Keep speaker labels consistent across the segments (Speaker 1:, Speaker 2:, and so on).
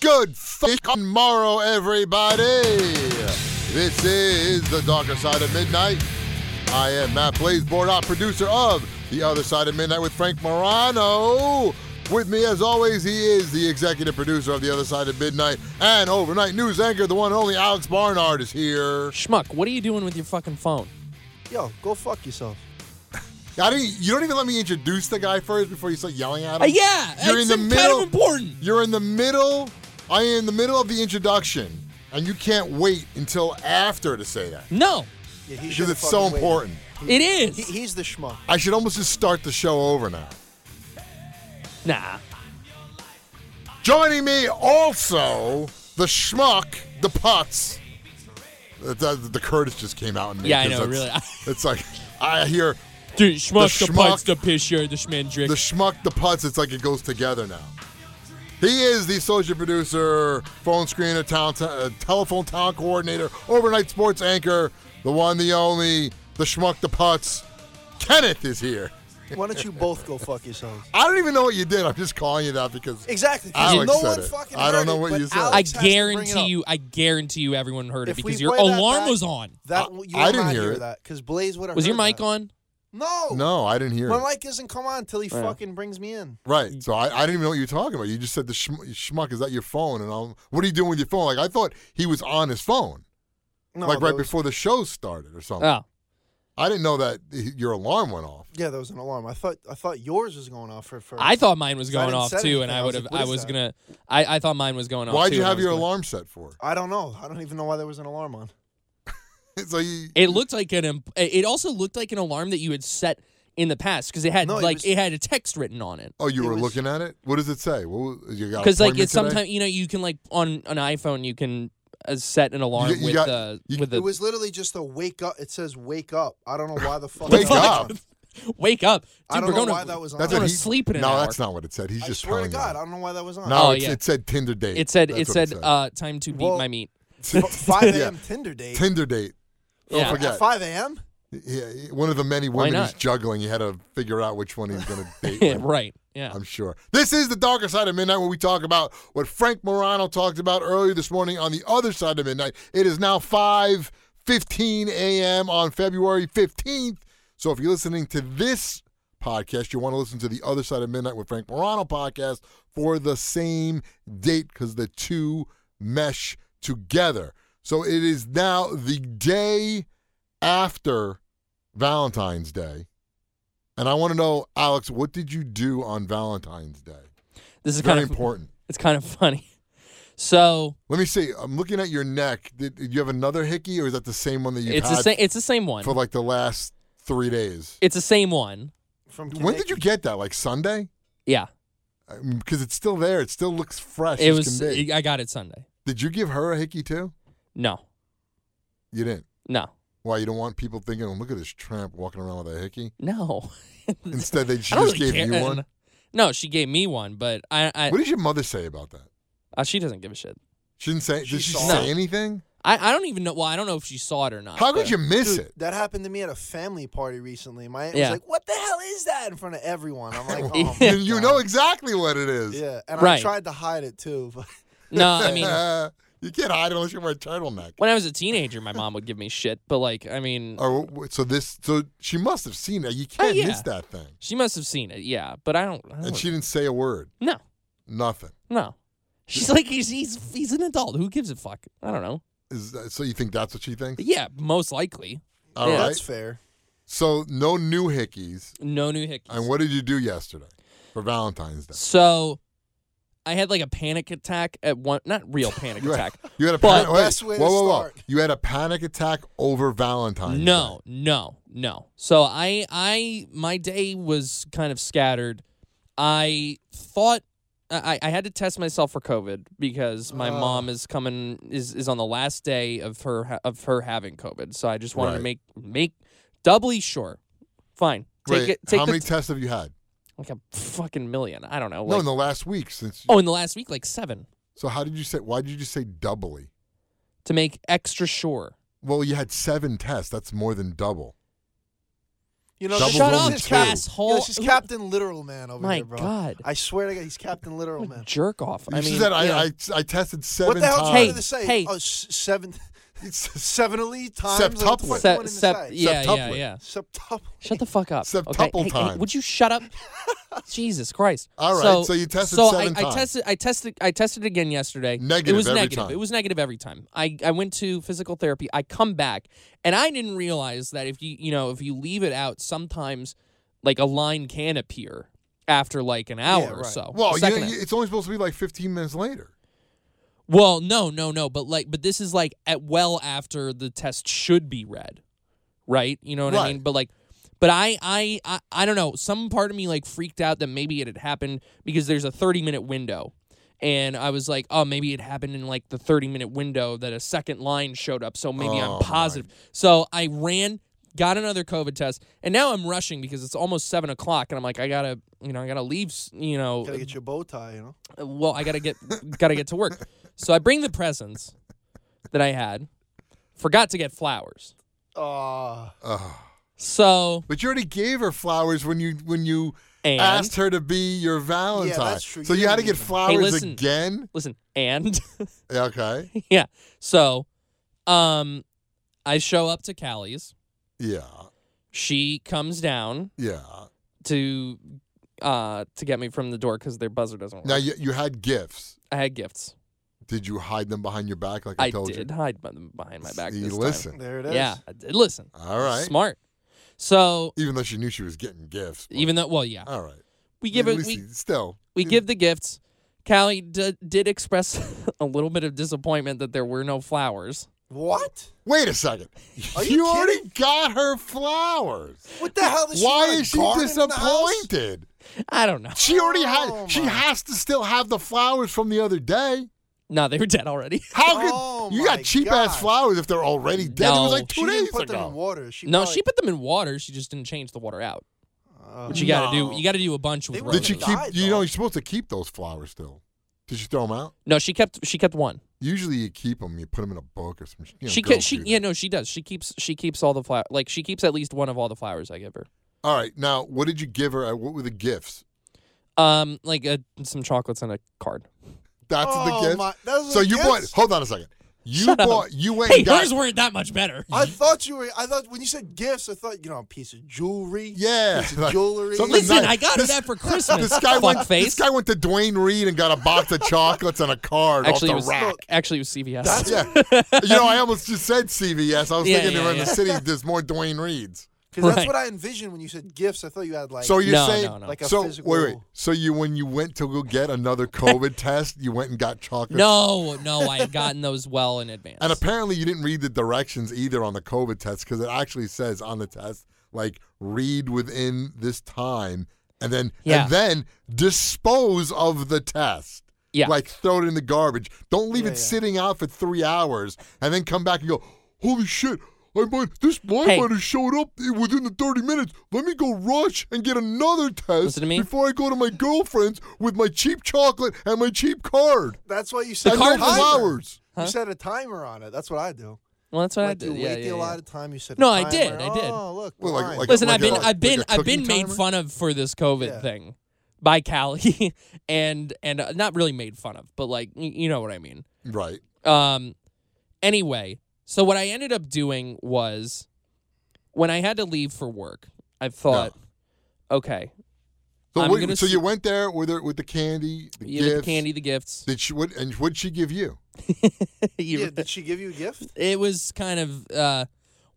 Speaker 1: Good fucking morrow, everybody. This is the darker side of midnight. I am Matt Blazeboard, our producer of The Other Side of Midnight with Frank Morano. With me, as always, he is the executive producer of The Other Side of Midnight and overnight news anchor, the one and only Alex Barnard is here.
Speaker 2: Schmuck, what are you doing with your fucking phone?
Speaker 3: Yo, go fuck yourself.
Speaker 1: I didn't, you don't even let me introduce the guy first before you start yelling at him.
Speaker 2: Uh, yeah,
Speaker 1: You're
Speaker 2: it's
Speaker 1: in the middle-
Speaker 2: kind of important.
Speaker 1: You're in the middle. I am in the middle of the introduction, and you can't wait until after to say that
Speaker 2: No,
Speaker 3: Yeah, he
Speaker 1: because
Speaker 3: should've
Speaker 1: it's so
Speaker 3: fucking waited.
Speaker 1: important.
Speaker 2: it is.
Speaker 3: He, he's the schmuck.
Speaker 1: I should almost just start the show over now.
Speaker 2: nah,
Speaker 1: Joining me also the schmuck, the putz. The, the, the Curtis just came out. In me
Speaker 2: Yeah, I
Speaker 1: 'cause
Speaker 2: know,
Speaker 1: that's- It's like I hear
Speaker 2: dude, schmuck
Speaker 1: The
Speaker 2: the,
Speaker 1: schmuck-
Speaker 2: putz, the pisher, the schmandrick.
Speaker 1: the schmuck, the putz. It's like it goes together now. He is the associate producer, phone screener, town uh, telephone town coordinator, overnight sports anchor, the one, the only, the schmuck, the putz. Kenneth is here.
Speaker 3: Why don't you both go fuck yourselves?
Speaker 1: I don't even know what you did. I'm just calling you that because
Speaker 3: Exactly. 'cause
Speaker 1: Alex
Speaker 3: no
Speaker 1: said
Speaker 3: one
Speaker 1: it.
Speaker 3: fucking
Speaker 1: I don't
Speaker 3: heard
Speaker 1: know
Speaker 3: it,
Speaker 1: what
Speaker 3: but
Speaker 1: you said.
Speaker 3: Alex
Speaker 2: I
Speaker 3: has to bring it
Speaker 2: guarantee
Speaker 3: up.
Speaker 2: you, I guarantee you, everyone heard it
Speaker 3: If we
Speaker 2: because your
Speaker 3: play that
Speaker 2: alarm
Speaker 3: back-
Speaker 2: was on.
Speaker 1: I-
Speaker 3: That you
Speaker 1: I
Speaker 3: will
Speaker 1: didn't
Speaker 3: not
Speaker 1: hear
Speaker 3: hear
Speaker 1: it.
Speaker 3: that because Blaze would have.
Speaker 2: Was your
Speaker 3: heard
Speaker 2: mic
Speaker 3: that.
Speaker 2: on?
Speaker 3: No.
Speaker 1: no, I didn't hear
Speaker 3: My
Speaker 1: it.
Speaker 3: mic doesn't come on until he fucking brings me in.
Speaker 1: Right. So I, I didn't even know what you were talking about. You just said the schm- schmuck is that your phone, and I'm what are you doing with your phone? Like I thought he was on his phone,
Speaker 3: No,
Speaker 1: like
Speaker 3: that
Speaker 1: right
Speaker 3: was-
Speaker 1: before the show started or something.
Speaker 2: Oh,
Speaker 1: I didn't know that h- your alarm went off.
Speaker 3: Yeah, there was an alarm. I thought I thought yours was going off for first.
Speaker 2: I thought mine was
Speaker 3: So I
Speaker 2: going
Speaker 3: didn't
Speaker 2: off
Speaker 3: say
Speaker 2: too,
Speaker 3: anything.
Speaker 2: and I
Speaker 3: I
Speaker 2: would
Speaker 3: was
Speaker 2: have.
Speaker 3: like, what
Speaker 2: I
Speaker 3: is
Speaker 2: was
Speaker 3: that?
Speaker 2: gonna. I, I thought mine was going off.
Speaker 1: Why'd
Speaker 2: too,
Speaker 1: you
Speaker 2: and I
Speaker 1: have
Speaker 2: was
Speaker 1: your
Speaker 2: gonna-
Speaker 1: alarm set for?
Speaker 3: I don't know. I don't even know why there was an alarm on.
Speaker 1: so you,
Speaker 2: It looked like an. imp- It also looked like an alarm that you had set in the past because it had
Speaker 3: No, it
Speaker 2: like
Speaker 3: was-
Speaker 2: it had a text written on it.
Speaker 1: oh, you
Speaker 3: it
Speaker 1: were
Speaker 3: was-
Speaker 1: looking at it. What does it say? What was, you got?
Speaker 2: Because like it's
Speaker 1: sometimes
Speaker 2: sometimes you know you can like on an iPhone you can uh, set an alarm
Speaker 1: You- you
Speaker 2: with
Speaker 1: got-
Speaker 2: the
Speaker 1: you-
Speaker 2: with the
Speaker 3: It was literally just a wake up. It says wake up. I don't know why the fuck.
Speaker 1: wake
Speaker 3: that was
Speaker 1: up.
Speaker 3: on.
Speaker 2: Wake up. Dude,
Speaker 3: I don't
Speaker 2: we're
Speaker 3: know
Speaker 2: going
Speaker 3: why
Speaker 2: to,
Speaker 3: that was on.
Speaker 1: That's
Speaker 2: we're
Speaker 1: what
Speaker 2: going
Speaker 1: he-
Speaker 2: to sleep in an
Speaker 1: no,
Speaker 2: hour.
Speaker 1: that's not what it said. He's
Speaker 3: I
Speaker 1: just
Speaker 3: swear to
Speaker 1: telling
Speaker 3: God,
Speaker 1: you.
Speaker 3: I don't know why that was on.
Speaker 1: No,
Speaker 2: Oh,
Speaker 1: it's-
Speaker 2: yeah.
Speaker 1: it said Tinder date.
Speaker 2: It said
Speaker 1: That's
Speaker 2: it
Speaker 1: what
Speaker 2: said uh time to beat
Speaker 3: Well-
Speaker 2: my meat.
Speaker 3: F- 5
Speaker 1: Yeah.
Speaker 3: a.m. Tinder date.
Speaker 1: Tinder date. Don't
Speaker 2: Yeah.
Speaker 1: forget.
Speaker 3: At 5 a.m.
Speaker 1: Yeah, one of the many
Speaker 2: Why
Speaker 1: women who's
Speaker 2: not?
Speaker 1: juggling. You had to figure out which one he's going to date.
Speaker 2: Yeah,
Speaker 1: with.
Speaker 2: right. Yeah.
Speaker 1: I'm sure. This is the darker side of midnight where we talk about what Frank Morano talked about earlier this morning on the other side of midnight. It is now 5:15 a.m. on February 15th. So if you're listening to this podcast, you want to listen to the other side of midnight with Frank Morano podcast for the same date because the two mesh together. So it is now the day after Valentine's Day. And I want to know, Alex, what did you do on Valentine's Day?
Speaker 2: This is
Speaker 1: It's very
Speaker 2: kind of
Speaker 1: important.
Speaker 2: it's kind of funny. So,
Speaker 1: Let me see. I'm looking at your neck. Did, did you have another hickey, or is that the same one that you
Speaker 2: it's the
Speaker 1: had
Speaker 2: same it's the same one.
Speaker 1: for like the last three days?
Speaker 2: It's the same one.
Speaker 1: When
Speaker 3: From
Speaker 1: did
Speaker 3: Connecticut.
Speaker 1: you get that? Like Sunday?
Speaker 2: Yeah.
Speaker 1: Because it's still there. It still looks fresh.
Speaker 2: It
Speaker 1: as
Speaker 2: was
Speaker 1: can be.
Speaker 2: I got it Sunday.
Speaker 1: Did you give her a hickey too?
Speaker 2: No.
Speaker 1: You didn't.
Speaker 2: No.
Speaker 1: Why? You don't want people thinking, "Oh, "Look at this tramp walking around with a hickey."
Speaker 2: No.
Speaker 1: Instead, they she
Speaker 2: I don't
Speaker 1: just
Speaker 2: really
Speaker 1: gave
Speaker 2: care.
Speaker 1: you one.
Speaker 2: No, she gave me one, but I I
Speaker 1: What did your mother say about that?
Speaker 2: uh, she doesn't give a shit.
Speaker 1: She didn't say.
Speaker 3: She
Speaker 1: did she
Speaker 3: saw
Speaker 1: say
Speaker 2: it.
Speaker 1: anything?
Speaker 2: I, I don't even know well, I don't know if she saw it or not.
Speaker 1: How could
Speaker 2: but-
Speaker 1: you miss
Speaker 3: Dude,
Speaker 1: it?
Speaker 3: that happened to me at a family party recently. My aunt
Speaker 2: Yeah.
Speaker 3: was like, "What the hell is that?" in front of everyone. I'm like, "Oh, my
Speaker 2: Yeah.
Speaker 1: And you know
Speaker 3: God."
Speaker 1: exactly what it is.
Speaker 3: Yeah, and I
Speaker 2: Right.
Speaker 3: tried to hide it too, but
Speaker 2: No, I mean
Speaker 1: you can't hide it unless you wear a turtleneck.
Speaker 2: when I was a teenager, my mom would give me shit, but like, I mean,
Speaker 1: Or Oh, w- w- so this, so she must have seen that. You can't
Speaker 2: Oh, yeah.
Speaker 1: miss that thing.
Speaker 2: she must have seen it, yeah. But I don't. I don't
Speaker 1: And she didn't say a word.
Speaker 2: no,
Speaker 1: Nothing.
Speaker 2: no. She's like, he's, he's he's an adult. Who gives a fuck? I don't know.
Speaker 1: Is that, so you think that's what she thinks?
Speaker 2: But yeah, most likely,
Speaker 1: All right.
Speaker 2: Yeah.
Speaker 3: that's fair.
Speaker 1: So no new hickeys.
Speaker 2: no new hickeys.
Speaker 1: And what did you do yesterday for Valentine's Day?
Speaker 2: so, I had like a panic attack at one, not real panic
Speaker 1: You had,
Speaker 2: attack.
Speaker 1: you had a
Speaker 2: But-
Speaker 1: panic. wait,
Speaker 3: Best way to
Speaker 1: whoa, whoa, whoa!
Speaker 3: start.
Speaker 1: You had a panic attack over Valentine's.
Speaker 2: No, no, no. So I, I, my day was kind of scattered. I thought I, I had to test myself for COVID because my
Speaker 1: Ah.
Speaker 3: Oh.
Speaker 2: mom is coming is is on the last day of her ha- of her having COVID. So I just wanted
Speaker 1: Right.
Speaker 2: to make make doubly sure. Fine,
Speaker 1: Day.
Speaker 2: take
Speaker 1: Wait,
Speaker 2: it. Take
Speaker 1: how
Speaker 2: the
Speaker 1: many
Speaker 2: t-
Speaker 1: tests have you had?
Speaker 2: like a fucking million. I don't know.
Speaker 1: no,
Speaker 2: Like,
Speaker 1: in the last week since.
Speaker 2: Oh, in the last week, like seven
Speaker 1: So how did you say? Why did you say doubly?
Speaker 2: to make extra sure.
Speaker 1: Well, you had seven tests. That's more than double.
Speaker 3: You know,
Speaker 1: Double
Speaker 3: this-
Speaker 2: Shut
Speaker 1: Roman
Speaker 2: up,
Speaker 3: this is Cap-
Speaker 2: asshole.
Speaker 3: Yo, this is Captain Literal Man over
Speaker 2: My
Speaker 3: here, bro.
Speaker 2: God.
Speaker 3: I swear to God, he's Captain Literal Man.
Speaker 2: jerk off. I
Speaker 1: This
Speaker 2: mean,
Speaker 1: is that
Speaker 2: yeah.
Speaker 1: I, I I tested seven
Speaker 3: What the hell do
Speaker 1: times.
Speaker 3: you want to say?
Speaker 2: Hey.
Speaker 3: Oh, s- seven,
Speaker 1: It's
Speaker 3: sevenly times. Like, what the fuck
Speaker 1: Septuplet.
Speaker 3: you
Speaker 2: Se-
Speaker 3: want him to
Speaker 2: sep-
Speaker 3: say?
Speaker 2: yeah, yeah,
Speaker 1: Septuplet.
Speaker 2: yeah.
Speaker 3: Septuple.
Speaker 2: Shut the fuck up. Okay?
Speaker 1: Septuple
Speaker 2: Hey, hey,
Speaker 1: time.
Speaker 2: would you shut up? Jesus Christ.
Speaker 1: All right,
Speaker 2: So,
Speaker 1: so you tested
Speaker 2: so
Speaker 1: seven
Speaker 2: I, I
Speaker 1: times.
Speaker 2: tested. I tested. I tested again yesterday.
Speaker 1: Negative
Speaker 2: It was
Speaker 1: every
Speaker 2: negative.
Speaker 1: time.
Speaker 2: It was negative every time. I I went to physical therapy. I come back and I didn't realize that if you you know if you leave it out, sometimes like a line can appear after like an hour or
Speaker 3: right.
Speaker 2: so.
Speaker 1: well,
Speaker 2: a
Speaker 1: you,
Speaker 2: second
Speaker 1: you, it's only supposed to be like 15 minutes later.
Speaker 2: Well, no, no, no, but like, but this is like at well after the test should be read, right? You know what I
Speaker 1: Right.
Speaker 2: mean? But like, but I, I, I, I don't know. Some part of me like freaked out that maybe it had happened because there's a 30 minute window, and I was like, oh, maybe it happened in like the 30 minute window that a second line showed up. So maybe
Speaker 1: Oh,
Speaker 2: I'm positive. So I ran, got another COVID test, and now I'm rushing because it's almost seven o'clock, and I'm like, I gotta, you know, I gotta leave, s- you know,
Speaker 3: Gotta get your bow tie, you know.
Speaker 2: uh, well i gotta get gotta get to work so i bring the presents that i had forgot to get flowers
Speaker 3: Uh,
Speaker 1: Ugh.
Speaker 2: so
Speaker 1: But you already gave her flowers when you when you
Speaker 2: and
Speaker 1: asked her to be your Valentine.
Speaker 3: that's true.
Speaker 1: So
Speaker 3: You
Speaker 1: you had to
Speaker 3: didn't
Speaker 1: get
Speaker 3: even-
Speaker 1: flowers
Speaker 2: listen.
Speaker 1: again.
Speaker 2: listen and
Speaker 1: Yeah, Okay.
Speaker 2: yeah so um i show up to callie's
Speaker 1: Yeah.
Speaker 2: she comes down
Speaker 1: Yeah.
Speaker 2: to uh to get me from the door because their buzzer doesn't work
Speaker 1: Now you, you had gifts.
Speaker 2: i had gifts
Speaker 1: Did you hide them behind your back like I,
Speaker 2: i,
Speaker 1: told
Speaker 2: did
Speaker 1: you?
Speaker 2: hide them behind my back
Speaker 1: See,
Speaker 2: this time.
Speaker 1: listen.
Speaker 3: there it is.
Speaker 2: yeah i did listen
Speaker 1: All right.
Speaker 2: smart so
Speaker 1: Even though she knew she was getting gifts. but-
Speaker 2: even though well yeah
Speaker 1: all right.
Speaker 2: we give
Speaker 1: At
Speaker 2: it
Speaker 1: least
Speaker 2: we,
Speaker 1: you- still.
Speaker 2: we give the gifts. Callie d- did express a little bit of disappointment that there were no flowers.
Speaker 3: What?
Speaker 1: Wait a second.
Speaker 3: Are
Speaker 1: you
Speaker 3: you
Speaker 1: already got her flowers.
Speaker 3: What the hell? Is she
Speaker 1: Why
Speaker 3: got a
Speaker 1: is she
Speaker 3: garden in the house?
Speaker 1: disappointed?
Speaker 2: I don't know.
Speaker 1: She already
Speaker 3: Oh,
Speaker 1: had. She
Speaker 3: my.
Speaker 1: has to still have the flowers from the other day.
Speaker 2: No, they were dead already.
Speaker 1: How could
Speaker 3: Oh,
Speaker 1: you got
Speaker 3: my
Speaker 1: cheap ass
Speaker 3: gosh.
Speaker 1: flowers if they're already dead? It
Speaker 2: No.
Speaker 1: was like two
Speaker 3: She
Speaker 1: days
Speaker 3: didn't put them in
Speaker 1: ago.
Speaker 3: water. She
Speaker 2: No,
Speaker 3: probably,
Speaker 2: she put them in water. She just didn't change the water out.
Speaker 3: Uh,
Speaker 2: Which you gotta
Speaker 1: No.
Speaker 2: do. You gotta do a bunch
Speaker 3: They
Speaker 2: with
Speaker 3: were
Speaker 1: Did
Speaker 2: roses.
Speaker 1: she
Speaker 3: Died,
Speaker 1: keep? You know,
Speaker 3: though.
Speaker 1: you're supposed to keep those flowers still. Did she throw them out?
Speaker 2: no, she kept. She kept one.
Speaker 1: Usually, you keep them. You put them in a book or some. You know,
Speaker 2: she
Speaker 1: girl
Speaker 2: kept. She
Speaker 1: food.
Speaker 2: yeah. No, she does. She keeps. She keeps all the flower. Like she keeps at least one of all the flowers I give her.
Speaker 1: All right. Now, what did you give her? Uh, What were the gifts?
Speaker 2: Um, like uh, some chocolates and a card.
Speaker 1: That's
Speaker 3: oh,
Speaker 1: the gifts.
Speaker 3: My, those are
Speaker 1: so you
Speaker 3: gifts?
Speaker 1: bought. Hold on a second. You
Speaker 2: Shut up.
Speaker 1: bought. You went.
Speaker 2: Hey,
Speaker 1: and got,
Speaker 2: hers weren't that much better.
Speaker 3: I thought you were. I thought when you said gifts, I thought you know a piece of jewelry.
Speaker 1: yeah.
Speaker 3: piece of
Speaker 1: like-
Speaker 3: jewelry.
Speaker 1: something
Speaker 2: Listen,
Speaker 1: nice.
Speaker 2: I got her
Speaker 1: This-
Speaker 2: that for Christmas.
Speaker 1: This guy went. This
Speaker 2: fuckface.
Speaker 1: guy went to Dwayne Reed and got a box of chocolates and a card
Speaker 2: actually, it
Speaker 1: off
Speaker 2: was,
Speaker 1: the rack.
Speaker 2: actually, it was CVS.
Speaker 3: That's-
Speaker 1: Yeah. you know, I almost just said CVS. I was
Speaker 2: Yeah,
Speaker 1: thinking
Speaker 2: yeah,
Speaker 1: around
Speaker 2: yeah.
Speaker 1: the city, there's more Dwayne Reeds.
Speaker 3: Because that's
Speaker 2: Right.
Speaker 3: what I envisioned when you said gifts. I thought you had like
Speaker 1: So you're
Speaker 2: no,
Speaker 1: saying.
Speaker 2: no, no.
Speaker 3: like a
Speaker 1: so
Speaker 3: physical.
Speaker 1: wait, wait. So you, when you went to go get another COVID test, you went and got chocolate.
Speaker 2: No, no, I had gotten those well in advance.
Speaker 1: And apparently, you didn't read the directions either on the COVID test because it actually says on the test, like, read within this time, and then
Speaker 2: Yeah.
Speaker 1: and then dispose of the test.
Speaker 2: Yeah.
Speaker 1: Like throw it in the garbage. Don't leave
Speaker 3: Yeah,
Speaker 1: it
Speaker 3: yeah.
Speaker 1: sitting out for three hours and then come back and go, holy shit. I might, this line
Speaker 2: Hey.
Speaker 1: might have showed up within the 30 minutes. Let me go rush and get another test
Speaker 2: Listen to me.
Speaker 1: before I go to my girlfriend's with my cheap chocolate and my cheap card.
Speaker 3: That's what you said.
Speaker 1: and
Speaker 2: card
Speaker 1: no
Speaker 2: was-
Speaker 1: flowers.
Speaker 2: Huh?
Speaker 3: You set a timer on it. That's what I do.
Speaker 2: well, that's what I
Speaker 3: Like,
Speaker 2: did.
Speaker 3: You
Speaker 2: Yeah,
Speaker 3: wait
Speaker 2: yeah,
Speaker 3: the
Speaker 2: yeah.
Speaker 3: allotted time. You set.
Speaker 2: No,
Speaker 3: a
Speaker 2: I
Speaker 3: timer.
Speaker 2: did, I did.
Speaker 3: Oh, look.
Speaker 1: Well, like-
Speaker 3: wine.
Speaker 1: like-
Speaker 2: Listen,
Speaker 1: like
Speaker 2: I've been,
Speaker 1: a-
Speaker 2: I've been,
Speaker 1: like a
Speaker 2: I've been
Speaker 1: cooking
Speaker 2: made
Speaker 1: timer?
Speaker 2: fun of for this COVID
Speaker 3: Yeah.
Speaker 2: thing by Callie, and and uh, not really made fun of, but like y- you know what I mean.
Speaker 1: Right.
Speaker 2: Um, anyway, so what I ended up doing was when I had to leave for work, I thought, okay,
Speaker 1: So,
Speaker 2: I'm
Speaker 1: what,
Speaker 2: gonna
Speaker 1: so
Speaker 2: see-
Speaker 1: you went there with her, with the candy, the
Speaker 2: you get the
Speaker 1: gifts.
Speaker 2: candy, the gifts.
Speaker 1: Did she what? And what'd she give you?
Speaker 2: You-
Speaker 3: Yeah, did she give you a gift?
Speaker 2: it was kind of, uh,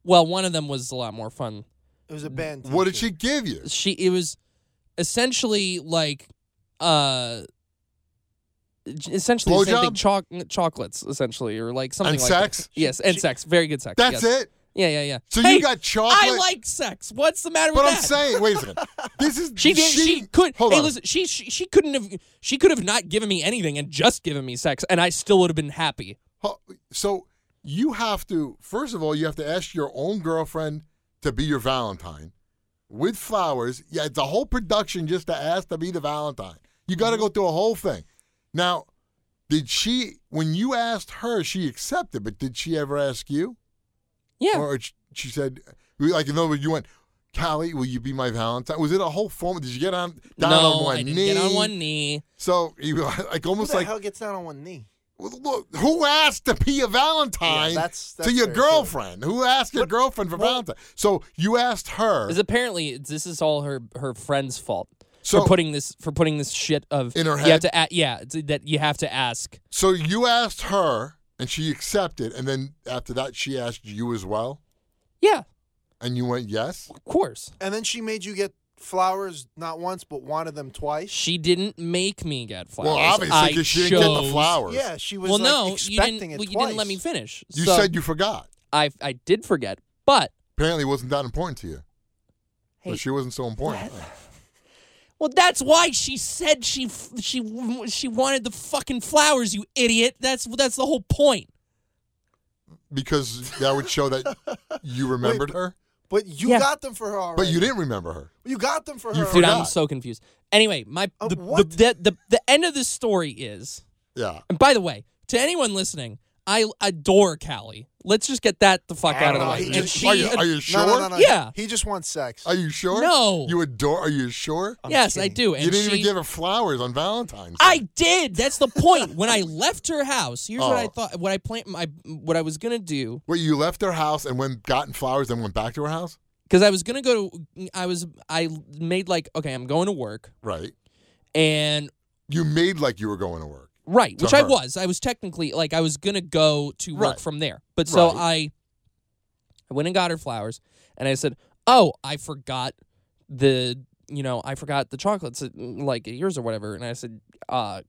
Speaker 2: well, one of them was a lot more fun
Speaker 3: It was a band.
Speaker 1: What did
Speaker 3: T-shirt.
Speaker 1: she give you?
Speaker 2: she it was essentially like uh j- essentially the same thing choc- chocolates essentially or like something
Speaker 1: And
Speaker 2: like
Speaker 1: sex?
Speaker 2: that. yes and
Speaker 3: She-
Speaker 2: sex very good sex
Speaker 1: That's it.
Speaker 2: yeah yeah yeah
Speaker 1: So
Speaker 2: Hey,
Speaker 1: you got chocolate.
Speaker 2: I like sex what's the matter
Speaker 1: but
Speaker 2: with
Speaker 1: I'm
Speaker 2: that
Speaker 1: saying, wait a second. This is
Speaker 2: she did she, could
Speaker 1: Hold
Speaker 2: hey
Speaker 1: on.
Speaker 2: listen she, she she couldn't have she could have not given me anything and just given me sex and I still would have been happy
Speaker 1: Ho- So you have to first of all, you have to ask your own girlfriend to be your Valentine with flowers. Yeah, it's a whole production just to ask to be the Valentine. You got to
Speaker 2: Mm-hmm.
Speaker 1: go through a whole thing. Now, did she? When you asked her, she accepted. But did she ever ask you?
Speaker 2: yeah
Speaker 1: Or she- she said, like, in other words, you went, Callie, will you be my Valentine? Was it a whole form? Did you get on
Speaker 2: No,
Speaker 1: down on one
Speaker 2: I didn't
Speaker 1: knee?
Speaker 2: get on one knee.
Speaker 1: So you like
Speaker 3: Who
Speaker 1: almost
Speaker 3: the
Speaker 1: like
Speaker 3: hell gets down on one knee?
Speaker 1: well, look, who asked to be a Valentine
Speaker 3: Yeah, that's- that's
Speaker 1: to your
Speaker 3: fair, too.
Speaker 1: girlfriend? Who asked your
Speaker 3: But-
Speaker 1: girlfriend for
Speaker 3: well-
Speaker 1: Valentine? So you asked her.
Speaker 2: Because apparently it's- this is all her her friend's fault
Speaker 1: So-
Speaker 2: for putting this for putting this shit of
Speaker 1: In her
Speaker 2: You
Speaker 1: head?
Speaker 2: have to a- yeah it's- that you have to ask.
Speaker 1: So you asked her, and she accepted, and then after that, she asked you as well,
Speaker 2: Yeah,
Speaker 1: and you went yes.
Speaker 2: of course.
Speaker 3: And then she made you get flowers not once but wanted them twice.
Speaker 2: She didn't make me get flowers.
Speaker 1: Well, obviously,
Speaker 2: I
Speaker 1: because she didn't get the
Speaker 2: chose-
Speaker 1: flowers.
Speaker 3: Yeah, she was
Speaker 2: Well,
Speaker 3: like,
Speaker 2: no, you
Speaker 3: expecting
Speaker 2: didn't.
Speaker 3: it
Speaker 2: Well, you
Speaker 3: twice.
Speaker 2: didn't let me finish.
Speaker 1: You
Speaker 2: So
Speaker 1: said you forgot.
Speaker 2: I I did forget, but
Speaker 1: Apparently, it wasn't that important to you. But
Speaker 2: Hey,
Speaker 1: she wasn't so important.
Speaker 2: well, that's why she said she f- she w- she wanted the fucking flowers. You idiot. That's that's the whole point.
Speaker 1: Because that would show that you remembered her,
Speaker 3: But you
Speaker 2: Yeah.
Speaker 3: got them for her already.
Speaker 1: but you didn't remember her.
Speaker 3: You got them for
Speaker 1: You
Speaker 3: her.
Speaker 2: Dude,
Speaker 1: forgot.
Speaker 2: I'm so confused. Anyway, my
Speaker 3: Uh,
Speaker 2: the,
Speaker 3: what?
Speaker 2: the, the the the end of this story is.
Speaker 1: Yeah.
Speaker 2: And by the way, to anyone listening, I adore Callie. Let's just get that the fuck out of the
Speaker 3: know,
Speaker 2: way.
Speaker 3: he
Speaker 2: And
Speaker 3: just-
Speaker 2: she
Speaker 1: are, you, are you
Speaker 3: No,
Speaker 1: sure?
Speaker 3: no, no, no.
Speaker 2: Yeah.
Speaker 3: He just wants sex.
Speaker 1: Are you sure?
Speaker 2: No.
Speaker 1: You adore. Are you sure?
Speaker 3: I'm
Speaker 2: yes, I
Speaker 3: kidding.
Speaker 2: do. And
Speaker 1: you didn't
Speaker 2: she,
Speaker 1: even give her flowers on Valentine's. Day.
Speaker 2: I did. That's the point. when I left her house, here's what I
Speaker 1: Oh.
Speaker 2: thought. What I planned. My what I was gonna do
Speaker 1: Wait, you left her house and went gotten flowers, then went back to her house.
Speaker 2: because I was gonna go to. I was. I made like okay. I'm going to work
Speaker 1: Right.
Speaker 2: and
Speaker 1: You made like you were going to work.
Speaker 2: right,
Speaker 1: To
Speaker 2: which I
Speaker 1: her.
Speaker 2: was. I was technically like I was gonna go to work
Speaker 1: Right.
Speaker 2: from there. But so
Speaker 1: Right.
Speaker 2: I. I went and got her flowers, and I said, "Oh, I forgot the you know I forgot the chocolates uh, like yours or whatever." And I said, "Uh,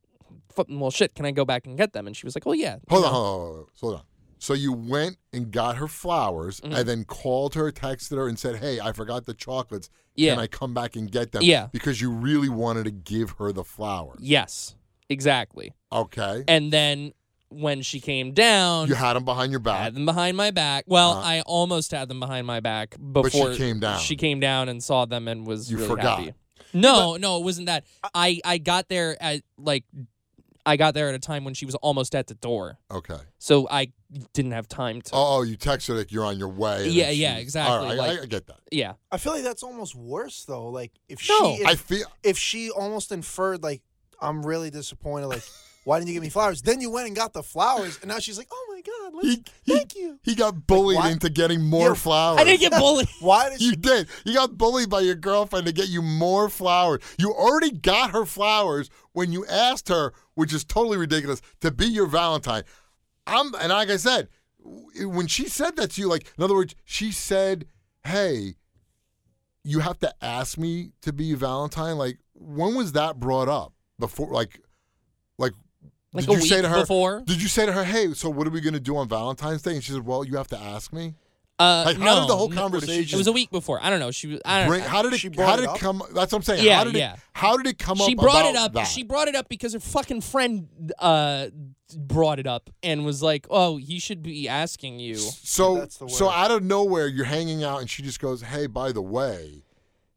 Speaker 2: fu- well, shit, can I go back and get them?" And she was like, "Oh yeah."
Speaker 1: Hold on, hold on, hold on, hold on. So you went and got her flowers,
Speaker 2: Mm-hmm.
Speaker 1: and then called her, texted her, and said, "Hey, I forgot the chocolates.
Speaker 2: Yeah.
Speaker 1: Can I come back and get them?"
Speaker 2: Yeah.
Speaker 1: Because you really wanted to give her the flowers.
Speaker 2: Yes, exactly.
Speaker 1: Okay.
Speaker 2: And then when she came down,
Speaker 1: You had them behind your
Speaker 2: I
Speaker 1: back.
Speaker 2: had them behind my back. Well,
Speaker 1: Uh-huh.
Speaker 2: I almost had them behind my back before
Speaker 1: she came down.
Speaker 2: She came down and saw them and was
Speaker 1: Um, You
Speaker 2: really
Speaker 1: forgot.
Speaker 2: happy. No, no, it wasn't that. I I got there at like I got there at a time when she was almost at the door,
Speaker 1: Okay.
Speaker 2: so I didn't have time to.
Speaker 1: Oh, oh, you texted her like you're on your way. and
Speaker 2: Yeah,
Speaker 1: then she
Speaker 2: yeah,
Speaker 1: was-
Speaker 2: exactly,
Speaker 1: All right, I-
Speaker 2: like-
Speaker 1: I, I get that.
Speaker 2: Yeah,
Speaker 3: I feel like that's almost worse though. Like if
Speaker 2: No.
Speaker 3: she if,
Speaker 1: I feel
Speaker 3: if she almost inferred like I'm really disappointed. Like why didn't you give me flowers? Then you went and got the flowers, and now she's like, oh my god, let's,
Speaker 1: He- he-
Speaker 3: thank you.
Speaker 1: he got bullied
Speaker 3: why-
Speaker 1: into getting more
Speaker 3: Yeah,
Speaker 1: flowers.
Speaker 2: I didn't get bullied.
Speaker 3: Why did she?
Speaker 1: You did. You got bullied by your girlfriend to get you more flowers. You already got her flowers when you asked her, which is totally ridiculous, to be your Valentine. I'm and like I said, w- when she said that to you, like in other words, she said, "Hey, you have to ask me to be your Valentine." Like when was that brought up? Before, like, like,
Speaker 2: Like
Speaker 1: did
Speaker 2: a
Speaker 1: you say
Speaker 2: week
Speaker 1: to her?
Speaker 2: before.
Speaker 1: Did you say to her, "Hey, so what are we gonna do on Valentine's Day?" And she said, "Well, you have to ask me."
Speaker 2: Uh,
Speaker 1: Like, how
Speaker 2: no,
Speaker 1: did the whole
Speaker 2: no,
Speaker 1: conversation-
Speaker 2: It was a week before. I don't know. She was. I don't.
Speaker 1: Bring-
Speaker 2: know.
Speaker 1: how did it?
Speaker 3: She brought
Speaker 1: how
Speaker 3: it
Speaker 1: did it,
Speaker 3: up?
Speaker 1: come? That's what I'm saying.
Speaker 2: Yeah,
Speaker 1: how did
Speaker 2: yeah.
Speaker 1: It, how did it come up?
Speaker 2: she brought it
Speaker 1: about
Speaker 2: up.
Speaker 1: that?
Speaker 2: She brought it up because her fucking friend uh, brought it up and was like, "Oh, he should be asking you."
Speaker 1: so
Speaker 3: That's the
Speaker 1: so
Speaker 3: word.
Speaker 1: out of nowhere, you're hanging out, and she just goes, "Hey, by the way,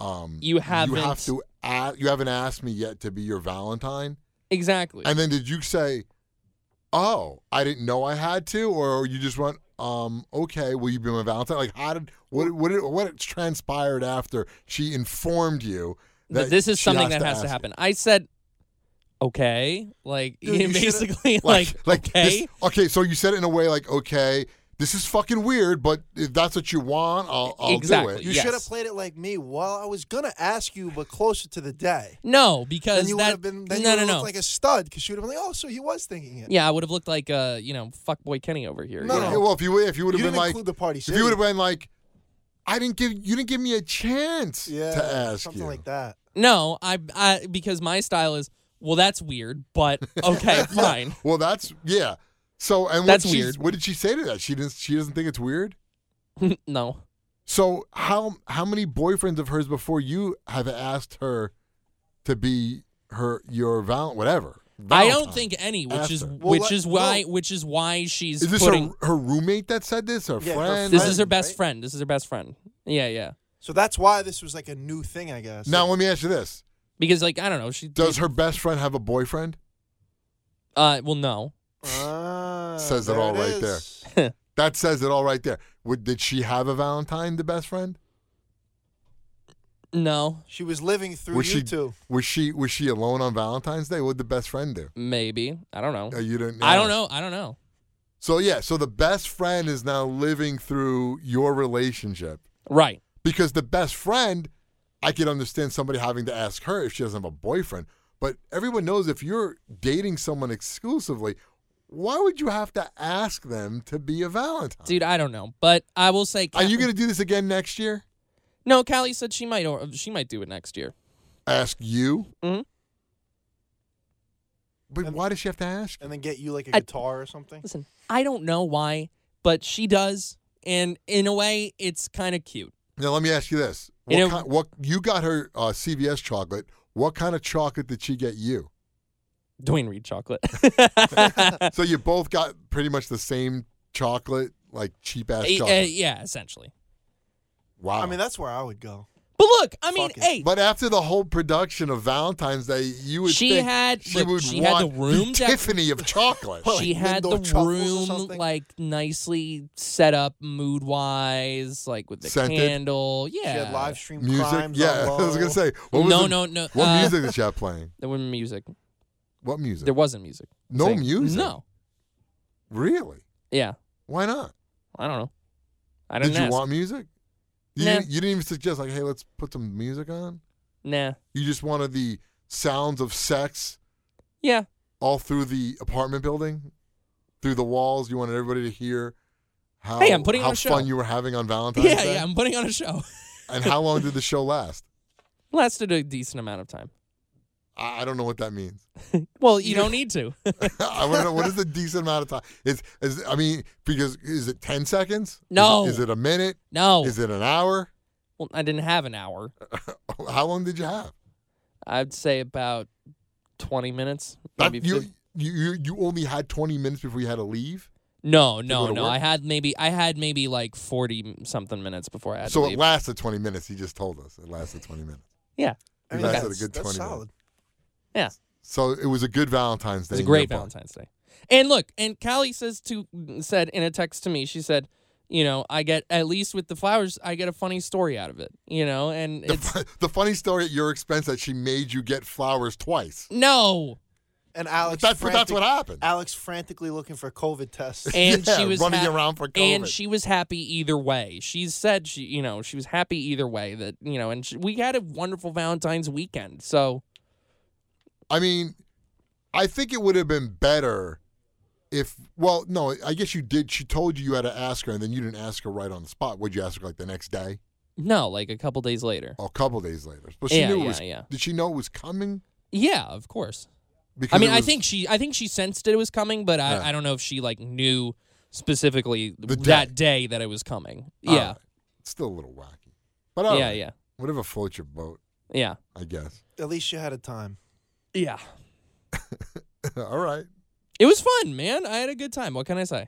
Speaker 1: um,
Speaker 2: You haven't-
Speaker 1: you have to a- you haven't asked me yet to be your Valentine."
Speaker 2: Exactly.
Speaker 1: And then did you say, "Oh, I didn't know I had to," or you just went, "Um, okay, will you be my Valentine?" Like how did what what did, what transpired after she informed you
Speaker 2: But
Speaker 1: that,
Speaker 2: this is
Speaker 1: she
Speaker 2: something that has
Speaker 1: ask
Speaker 2: to
Speaker 1: you?
Speaker 2: happen. I said, "Okay," like
Speaker 3: Dude, you should've-
Speaker 2: basically, like, okay,
Speaker 1: this- okay, so you said it in a way like, okay, this is fucking weird, but if that's what you want, I'll, I'll
Speaker 2: Exactly.
Speaker 1: do
Speaker 3: You
Speaker 1: it.
Speaker 2: Yes.
Speaker 3: should have played it like me. Well, I was gonna ask you, but closer to the day.
Speaker 2: no,
Speaker 3: Then
Speaker 2: because
Speaker 3: you would
Speaker 2: that
Speaker 3: have been. Then
Speaker 2: no,
Speaker 3: you
Speaker 2: no,
Speaker 3: would've
Speaker 2: no.
Speaker 3: looked like a stud because she would have been like, oh, so he was thinking it.
Speaker 2: yeah, I would have looked like uh, you know, fuckboy Kenny over here.
Speaker 3: No,
Speaker 2: you
Speaker 1: Yeah,
Speaker 2: know?
Speaker 3: no.
Speaker 1: Well, if you if you would
Speaker 3: You
Speaker 1: have been
Speaker 3: didn't
Speaker 1: like,
Speaker 3: include the party.
Speaker 1: if you would have been like, I didn't give you didn't give me a chance
Speaker 3: yeah,
Speaker 1: to ask
Speaker 3: something
Speaker 1: you.
Speaker 3: like that.
Speaker 2: No, I, I, because my style is well, that's weird, but okay,
Speaker 1: Yeah.
Speaker 2: fine.
Speaker 1: Well, that's yeah. So and what
Speaker 2: That's
Speaker 1: did she-
Speaker 2: weird.
Speaker 1: What did she say to that? She didn't. She doesn't think it's weird.
Speaker 2: no,
Speaker 1: So how how many boyfriends of hers before you have asked her to be her your val whatever?
Speaker 2: I don't
Speaker 1: Valentine?
Speaker 2: think any, which is
Speaker 1: After.
Speaker 3: Well,
Speaker 2: which
Speaker 3: let-
Speaker 2: is why
Speaker 3: no.
Speaker 2: which is why she's
Speaker 1: Is this
Speaker 2: putting.
Speaker 1: her, her roommate that said this? Her
Speaker 3: Yeah, her
Speaker 1: friend?
Speaker 2: This is her
Speaker 3: friend,
Speaker 2: best
Speaker 3: right?
Speaker 2: friend. This is her best friend. Yeah, yeah.
Speaker 3: So that's why this was like a new thing, I guess.
Speaker 1: Now let me ask you this:
Speaker 2: Because like I don't know, she
Speaker 1: Does her best friend have a boyfriend?
Speaker 2: Uh, well, no.
Speaker 3: Ah,
Speaker 1: Says it
Speaker 3: there
Speaker 1: all right there.
Speaker 3: is.
Speaker 1: That says it all right there. Would, did she have a Valentine, the best friend?
Speaker 2: No,
Speaker 3: She was living through
Speaker 1: Was
Speaker 3: you
Speaker 1: she-
Speaker 3: two.
Speaker 1: Was she was she alone on Valentine's Day? What did the best friend do?
Speaker 2: maybe. I don't know.
Speaker 1: Uh, you didn't.
Speaker 2: I
Speaker 1: yeah.
Speaker 2: don't know. I don't know.
Speaker 1: So yeah, so the best friend is now living through your relationship
Speaker 2: Right.
Speaker 1: because the best friend, I could understand somebody having to ask her if she doesn't have a boyfriend. But everyone knows if you're dating someone exclusively, why would you have to ask them to be a Valentine?
Speaker 2: Dude, I don't know. But I will say
Speaker 1: Are you going to do this again next year?
Speaker 2: No, Callie said she might or she might do it next year.
Speaker 1: Ask you?
Speaker 2: Mhm.
Speaker 1: But
Speaker 3: And-
Speaker 1: why does she have to ask?
Speaker 3: And then get you like a
Speaker 2: I-
Speaker 3: guitar or something.
Speaker 2: Listen, I don't know why, but she does. And in a way, it's kind of cute.
Speaker 1: Now let me ask you this: what,
Speaker 2: You know-
Speaker 1: kind, what you got her uh, CVS chocolate? What kind of chocolate did she get you?
Speaker 2: Dwayne Reed chocolate.
Speaker 1: so you both got pretty much the same chocolate, like cheap ass
Speaker 2: Uh,
Speaker 1: chocolate.
Speaker 2: yeah, essentially.
Speaker 1: wow.
Speaker 3: I mean, that's where I would go.
Speaker 2: But look, I mean,
Speaker 3: Fuck it.
Speaker 2: hey,
Speaker 1: but after the whole production of Valentine's Day, you would
Speaker 2: She
Speaker 1: think
Speaker 2: had-
Speaker 1: she
Speaker 2: look,
Speaker 1: would
Speaker 2: she had
Speaker 1: want
Speaker 2: the room
Speaker 1: the
Speaker 2: dec-
Speaker 1: Tiffany of chocolate.
Speaker 3: Well,
Speaker 2: she
Speaker 3: like
Speaker 2: had
Speaker 3: Lindor
Speaker 2: the
Speaker 3: truffles or
Speaker 2: room
Speaker 3: something?
Speaker 2: like nicely set up mood wise, like with the
Speaker 1: Scented?
Speaker 2: candle. Yeah.
Speaker 3: She had live stream
Speaker 1: music,
Speaker 3: crimes.
Speaker 1: yeah.
Speaker 3: on
Speaker 1: I was gonna
Speaker 3: low.
Speaker 1: say, what was
Speaker 2: no,
Speaker 1: the-
Speaker 2: no, no.
Speaker 1: What
Speaker 2: uh,
Speaker 1: music did she have playing?
Speaker 2: There wasn't music.
Speaker 1: What music?
Speaker 2: There wasn't music.
Speaker 1: no
Speaker 2: Thing.
Speaker 1: music.
Speaker 2: No.
Speaker 1: really?
Speaker 2: Yeah.
Speaker 1: Why not?
Speaker 2: I don't know. I
Speaker 1: Did
Speaker 2: didn't
Speaker 1: you
Speaker 2: ask.
Speaker 1: want music? You,
Speaker 2: Nah.
Speaker 1: you didn't even suggest like, hey, let's put some music on.
Speaker 2: nah.
Speaker 1: You just wanted the sounds of sex
Speaker 2: Yeah.
Speaker 1: all through the apartment building, through the walls. You wanted everybody to hear how
Speaker 2: Hey, I'm putting
Speaker 1: how
Speaker 2: on a show.
Speaker 1: fun you were having on Valentine's
Speaker 2: Yeah,
Speaker 1: Day.
Speaker 2: yeah. I'm putting on a show.
Speaker 1: And how long did the show last?
Speaker 2: Lasted a decent amount of time.
Speaker 1: I I don't know what that means.
Speaker 2: Well, you don't need to.
Speaker 1: I want to know what is a decent amount of time. Is is I mean because is it ten seconds?
Speaker 2: No.
Speaker 1: Is, it a minute?
Speaker 2: No.
Speaker 1: Is it an hour?
Speaker 2: well, I didn't have an hour.
Speaker 1: How long did you have?
Speaker 2: I'd say about 20 minutes.
Speaker 1: That-
Speaker 2: Maybe
Speaker 1: you,
Speaker 2: 50.
Speaker 1: you you you only had twenty minutes before you had to leave.
Speaker 2: No, no,
Speaker 1: go to
Speaker 2: no.
Speaker 1: work?
Speaker 2: I had maybe I had maybe like 40 something minutes before I had
Speaker 1: So
Speaker 2: to
Speaker 1: it
Speaker 2: leave.
Speaker 1: lasted twenty minutes. He just told us it lasted twenty minutes.
Speaker 3: I mean,
Speaker 1: That's
Speaker 3: that's,
Speaker 1: a good 20
Speaker 3: that's
Speaker 1: minutes.
Speaker 3: solid.
Speaker 1: So it was a good Valentine's Day.
Speaker 2: It's a
Speaker 1: on your
Speaker 2: great
Speaker 1: part.
Speaker 2: Valentine's Day. And look, and Callie says to said in a text to me, she said, you know, I get at least with the flowers, I get a funny story out of it, you know, and
Speaker 1: The,
Speaker 2: it's
Speaker 1: fu- the funny story at your expense that she made you get flowers twice.
Speaker 2: no.
Speaker 3: And Alex,
Speaker 1: That's but
Speaker 3: frantic,
Speaker 1: that's what happened.
Speaker 3: Alex frantically looking for COVID tests.
Speaker 2: And
Speaker 1: yeah,
Speaker 2: she was
Speaker 1: running
Speaker 2: hap-
Speaker 1: around for COVID.
Speaker 2: and she was happy either way. She said she, you know, she was happy either way that, you know, and she, we had a wonderful Valentine's weekend. So,
Speaker 1: I mean, I think it would have been better if. Well, no, I guess you did. She told you you had to ask her, and then you didn't ask her right on the spot. Would you ask her like the next day
Speaker 2: no, like a couple days later.
Speaker 1: or a couple days later? But she
Speaker 2: yeah,
Speaker 1: knew it
Speaker 2: yeah,
Speaker 1: was.
Speaker 2: yeah.
Speaker 1: Did she know it was coming?
Speaker 2: Yeah, of course.
Speaker 1: Because
Speaker 2: I mean,
Speaker 1: it
Speaker 2: I
Speaker 1: was-
Speaker 2: think she, I think she sensed it was coming, but I,
Speaker 1: Yeah.
Speaker 2: I don't know if she like knew specifically
Speaker 1: The Oh,
Speaker 2: that day that it was coming.
Speaker 1: all
Speaker 2: Yeah,
Speaker 1: right, it's still a little wacky, but all
Speaker 2: yeah,
Speaker 1: right,
Speaker 2: yeah,
Speaker 1: whatever floats your boat,
Speaker 2: yeah,
Speaker 1: I guess.
Speaker 3: At least you had a time.
Speaker 2: yeah.
Speaker 1: all right.
Speaker 2: It was fun, man. I had a good time. What can I say?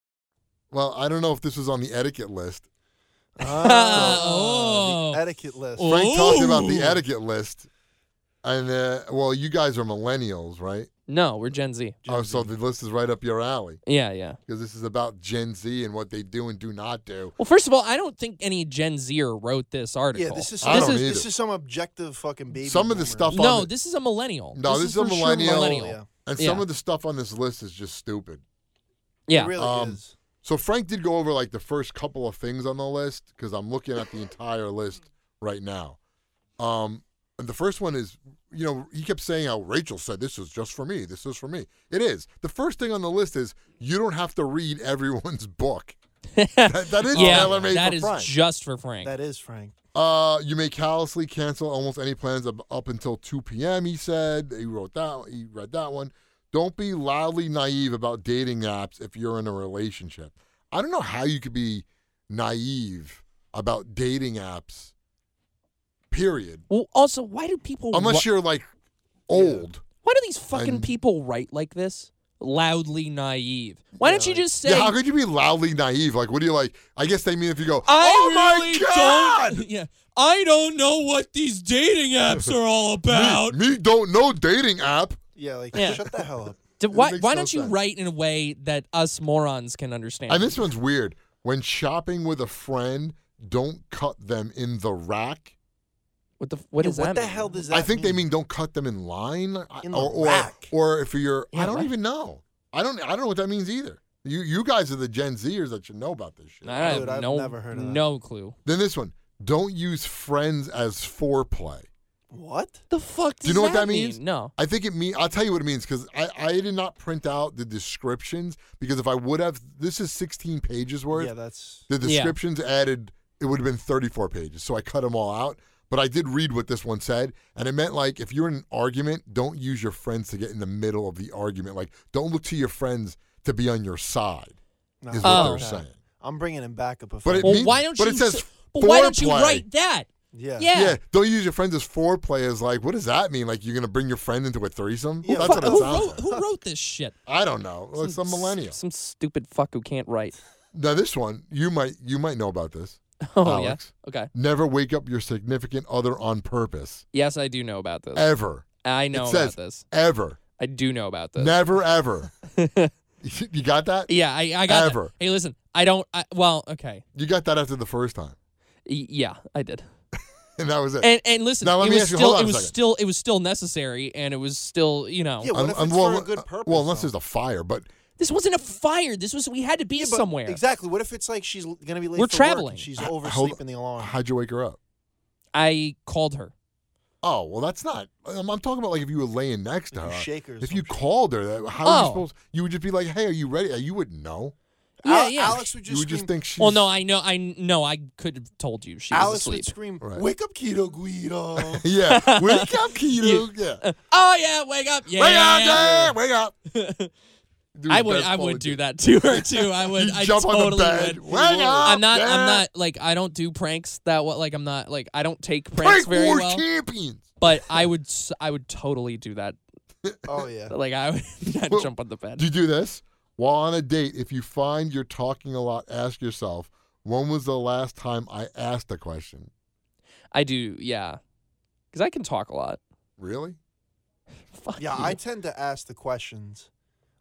Speaker 1: Well, I don't know if this was on the etiquette list.
Speaker 2: Oh.
Speaker 3: The Ah, etiquette list.
Speaker 2: Oh.
Speaker 1: Frank talked about the
Speaker 2: Ooh.
Speaker 1: etiquette list, and uh, well, you guys are millennials, right?
Speaker 2: No, we're Gen Z.
Speaker 1: oh, so the list is right up your alley
Speaker 2: Yeah, yeah.
Speaker 1: because this is about Gen Z and what they do and do not do.
Speaker 2: Well, first of all, I don't think any Gen Zer wrote this article.
Speaker 3: Yeah, this is
Speaker 1: I
Speaker 3: some,
Speaker 1: don't
Speaker 3: this,
Speaker 1: either.
Speaker 3: is, this is some objective fucking baby.
Speaker 1: Some of the
Speaker 3: boomer.
Speaker 1: stuff-
Speaker 2: no,
Speaker 1: fun.
Speaker 2: this is a millennial.
Speaker 1: No, this is a
Speaker 2: for sure
Speaker 1: millennial.
Speaker 3: Yeah.
Speaker 1: And some
Speaker 2: Yeah.
Speaker 1: of the stuff on this list is just stupid.
Speaker 2: Yeah,
Speaker 3: It really
Speaker 1: Um,
Speaker 3: is.
Speaker 1: So Frank did go over like the first couple of things on the list because I'm looking at the entire list right now. Um, and the first one is, you know, he kept saying how Rachel said this is just for me. This is for me. It is. The first thing on the list is you don't have to read everyone's book. that, that is
Speaker 2: yeah.
Speaker 1: tailor-made
Speaker 2: that
Speaker 1: for
Speaker 2: is
Speaker 1: Frank.
Speaker 2: just for Frank.
Speaker 3: That is Frank.
Speaker 1: Uh, you may callously cancel almost any plans up, up until 2 p.m. He said he wrote that. He read that one. Don't be loudly naive about dating apps if you're in a relationship. I don't know how you could be naive about dating apps Period.
Speaker 2: Well, also, why do people?
Speaker 1: Unless
Speaker 2: wri-
Speaker 1: you're like old.
Speaker 2: why do these fucking
Speaker 1: I'm-
Speaker 2: people write like this? Loudly naive. Why don't you just say?
Speaker 1: yeah, how could you be loudly naive? Like, what do you like? I guess they mean if you go,
Speaker 2: I
Speaker 1: "Oh
Speaker 2: really
Speaker 1: my god,
Speaker 2: don't. Yeah, I don't know what these dating apps are all about.
Speaker 1: me, me don't know dating app."
Speaker 3: Yeah, like
Speaker 2: Yeah.
Speaker 3: shut the hell up.
Speaker 2: D- why
Speaker 1: makes
Speaker 2: why
Speaker 1: no
Speaker 2: don't you
Speaker 1: sense.
Speaker 2: write in a way that us morons can understand?
Speaker 1: And this one's weird. When shopping with a friend, don't cut them in the rack.
Speaker 2: what the f- what
Speaker 3: Yeah,
Speaker 2: does
Speaker 3: what
Speaker 2: that
Speaker 3: the
Speaker 2: mean?
Speaker 3: hell does that
Speaker 1: I think they mean don't cut them in line, I-
Speaker 3: In the
Speaker 1: or, or
Speaker 3: rack.
Speaker 1: or if you're.
Speaker 2: Yeah,
Speaker 1: I don't
Speaker 2: right.
Speaker 1: even know. I don't. I don't know what that means either. You you guys are the Gen Zers that should know about this shit.
Speaker 2: I have
Speaker 3: Dude, I've
Speaker 2: no
Speaker 3: never heard of that.
Speaker 2: no clue.
Speaker 1: Then this one, don't use friends as foreplay.
Speaker 3: What?
Speaker 2: The fuck?
Speaker 1: Do you
Speaker 2: does
Speaker 1: know what that
Speaker 2: mean?
Speaker 1: means?
Speaker 2: No.
Speaker 1: I think it mean. I'll tell you what it means because I, I did not print out the descriptions because if I would have, this is 16 pages worth.
Speaker 3: Yeah, that's
Speaker 1: The
Speaker 2: Yeah.
Speaker 1: descriptions added, it would have been 34 pages. So I cut them all out. But I did read what this one said. And it meant like if you're in an argument, don't use your friends to get in the middle of the argument. Like don't look to your friends to be on your side,
Speaker 3: no,
Speaker 1: is
Speaker 2: Oh.
Speaker 1: what
Speaker 3: no.
Speaker 1: they're saying.
Speaker 3: I'm bringing him back up a
Speaker 1: But
Speaker 3: but
Speaker 1: it
Speaker 2: Well,
Speaker 1: means-
Speaker 2: why don't
Speaker 1: but
Speaker 2: you?
Speaker 1: it says
Speaker 2: s- but why don't you
Speaker 1: foreplay.
Speaker 2: write that?
Speaker 3: yeah.
Speaker 2: Yeah.
Speaker 1: Yeah. don't use your friends as foreplay. Is like, what does that mean? Like, you're gonna bring your friend into a threesome?
Speaker 3: Yeah,
Speaker 1: That's
Speaker 3: fuck-
Speaker 1: what it
Speaker 2: who,
Speaker 1: sounds
Speaker 2: wrote,
Speaker 1: like.
Speaker 2: who wrote this shit?
Speaker 1: I don't know. Like some millennial.
Speaker 2: Some stupid fuck who can't write.
Speaker 1: Now, this one you might you might know about this.
Speaker 2: Oh
Speaker 1: Alex.
Speaker 2: yeah. Okay.
Speaker 1: Never wake up your significant other on purpose,
Speaker 2: Yes, I do know about this.
Speaker 1: ever,
Speaker 2: I know
Speaker 1: it
Speaker 2: about
Speaker 1: says-
Speaker 2: this.
Speaker 1: ever,
Speaker 2: I do know about this.
Speaker 1: never, ever. you you got that?
Speaker 2: yeah, I, I got. that.
Speaker 1: Ever.
Speaker 2: Hey, listen. I don't. I, well, okay.
Speaker 1: You got that after the first time,
Speaker 2: Y- yeah, I did.
Speaker 1: and that was it.
Speaker 2: And and listen,
Speaker 1: Now, let
Speaker 2: it
Speaker 1: me
Speaker 2: was
Speaker 1: ask you-
Speaker 2: still
Speaker 1: hold on
Speaker 2: it
Speaker 1: a
Speaker 2: was
Speaker 1: second.
Speaker 2: still it was still necessary, and it was still you know
Speaker 3: Yeah, what if it's
Speaker 1: well,
Speaker 3: for a good
Speaker 1: uh,
Speaker 3: purpose?
Speaker 1: well, unless
Speaker 3: though?
Speaker 1: there's a fire, but
Speaker 2: this wasn't a fire. This was we had to be
Speaker 3: Yeah, but
Speaker 2: somewhere.
Speaker 3: Exactly. What if it's like she's l- gonna be late?
Speaker 2: We're
Speaker 3: for work and
Speaker 2: traveling.
Speaker 3: she's
Speaker 1: h- hold-
Speaker 3: oversleeping the alarm.
Speaker 1: How'd you wake her up?
Speaker 2: I called her.
Speaker 1: Oh, well, that's not. I'm, I'm talking about like if you were laying next to
Speaker 3: If you
Speaker 1: her.
Speaker 3: shake her or
Speaker 1: If
Speaker 3: some
Speaker 1: you
Speaker 3: shit.
Speaker 1: called her, that- how are
Speaker 2: Oh.
Speaker 1: you supposed? You would just be like, "Hey, are you ready?" Uh, You wouldn't know.
Speaker 2: Yeah,
Speaker 3: Al-
Speaker 2: yeah.
Speaker 3: Alex would just
Speaker 1: you would just
Speaker 3: scream-
Speaker 1: think she's.
Speaker 2: well, no, I know. I know. I could have told you she was
Speaker 3: Alice
Speaker 2: asleep.
Speaker 3: would scream,
Speaker 1: Right.
Speaker 3: "Wake up, keto Guido!"
Speaker 1: yeah, wake up, keto. Yeah,
Speaker 2: oh yeah, wake up. Yeah,
Speaker 1: wake up,
Speaker 2: yeah,
Speaker 1: Dad, wake up. Do
Speaker 2: I
Speaker 1: the
Speaker 2: would.
Speaker 1: best
Speaker 2: I
Speaker 1: Paul
Speaker 2: would do that to her too. I would.
Speaker 1: You
Speaker 2: I
Speaker 1: jump on the
Speaker 2: totally
Speaker 1: bed.
Speaker 2: would.
Speaker 1: Wake up,
Speaker 2: I'm not. I'm
Speaker 1: Dad.
Speaker 2: not like I don't do pranks that well. Like I'm not like I don't take pranks
Speaker 1: Break
Speaker 2: very
Speaker 1: war
Speaker 2: well.
Speaker 1: champions.
Speaker 2: But I would. s- I would totally do that.
Speaker 3: oh yeah.
Speaker 2: Like I would not
Speaker 1: Well,
Speaker 2: jump on the bed.
Speaker 1: Do you do this while on a date? If you find you're talking a lot, ask yourself, "When was the last time I asked a question?"
Speaker 2: I do. Yeah, because I can talk a lot.
Speaker 1: Really?
Speaker 2: Fuck
Speaker 3: Yeah,
Speaker 2: you.
Speaker 3: I tend to ask the questions.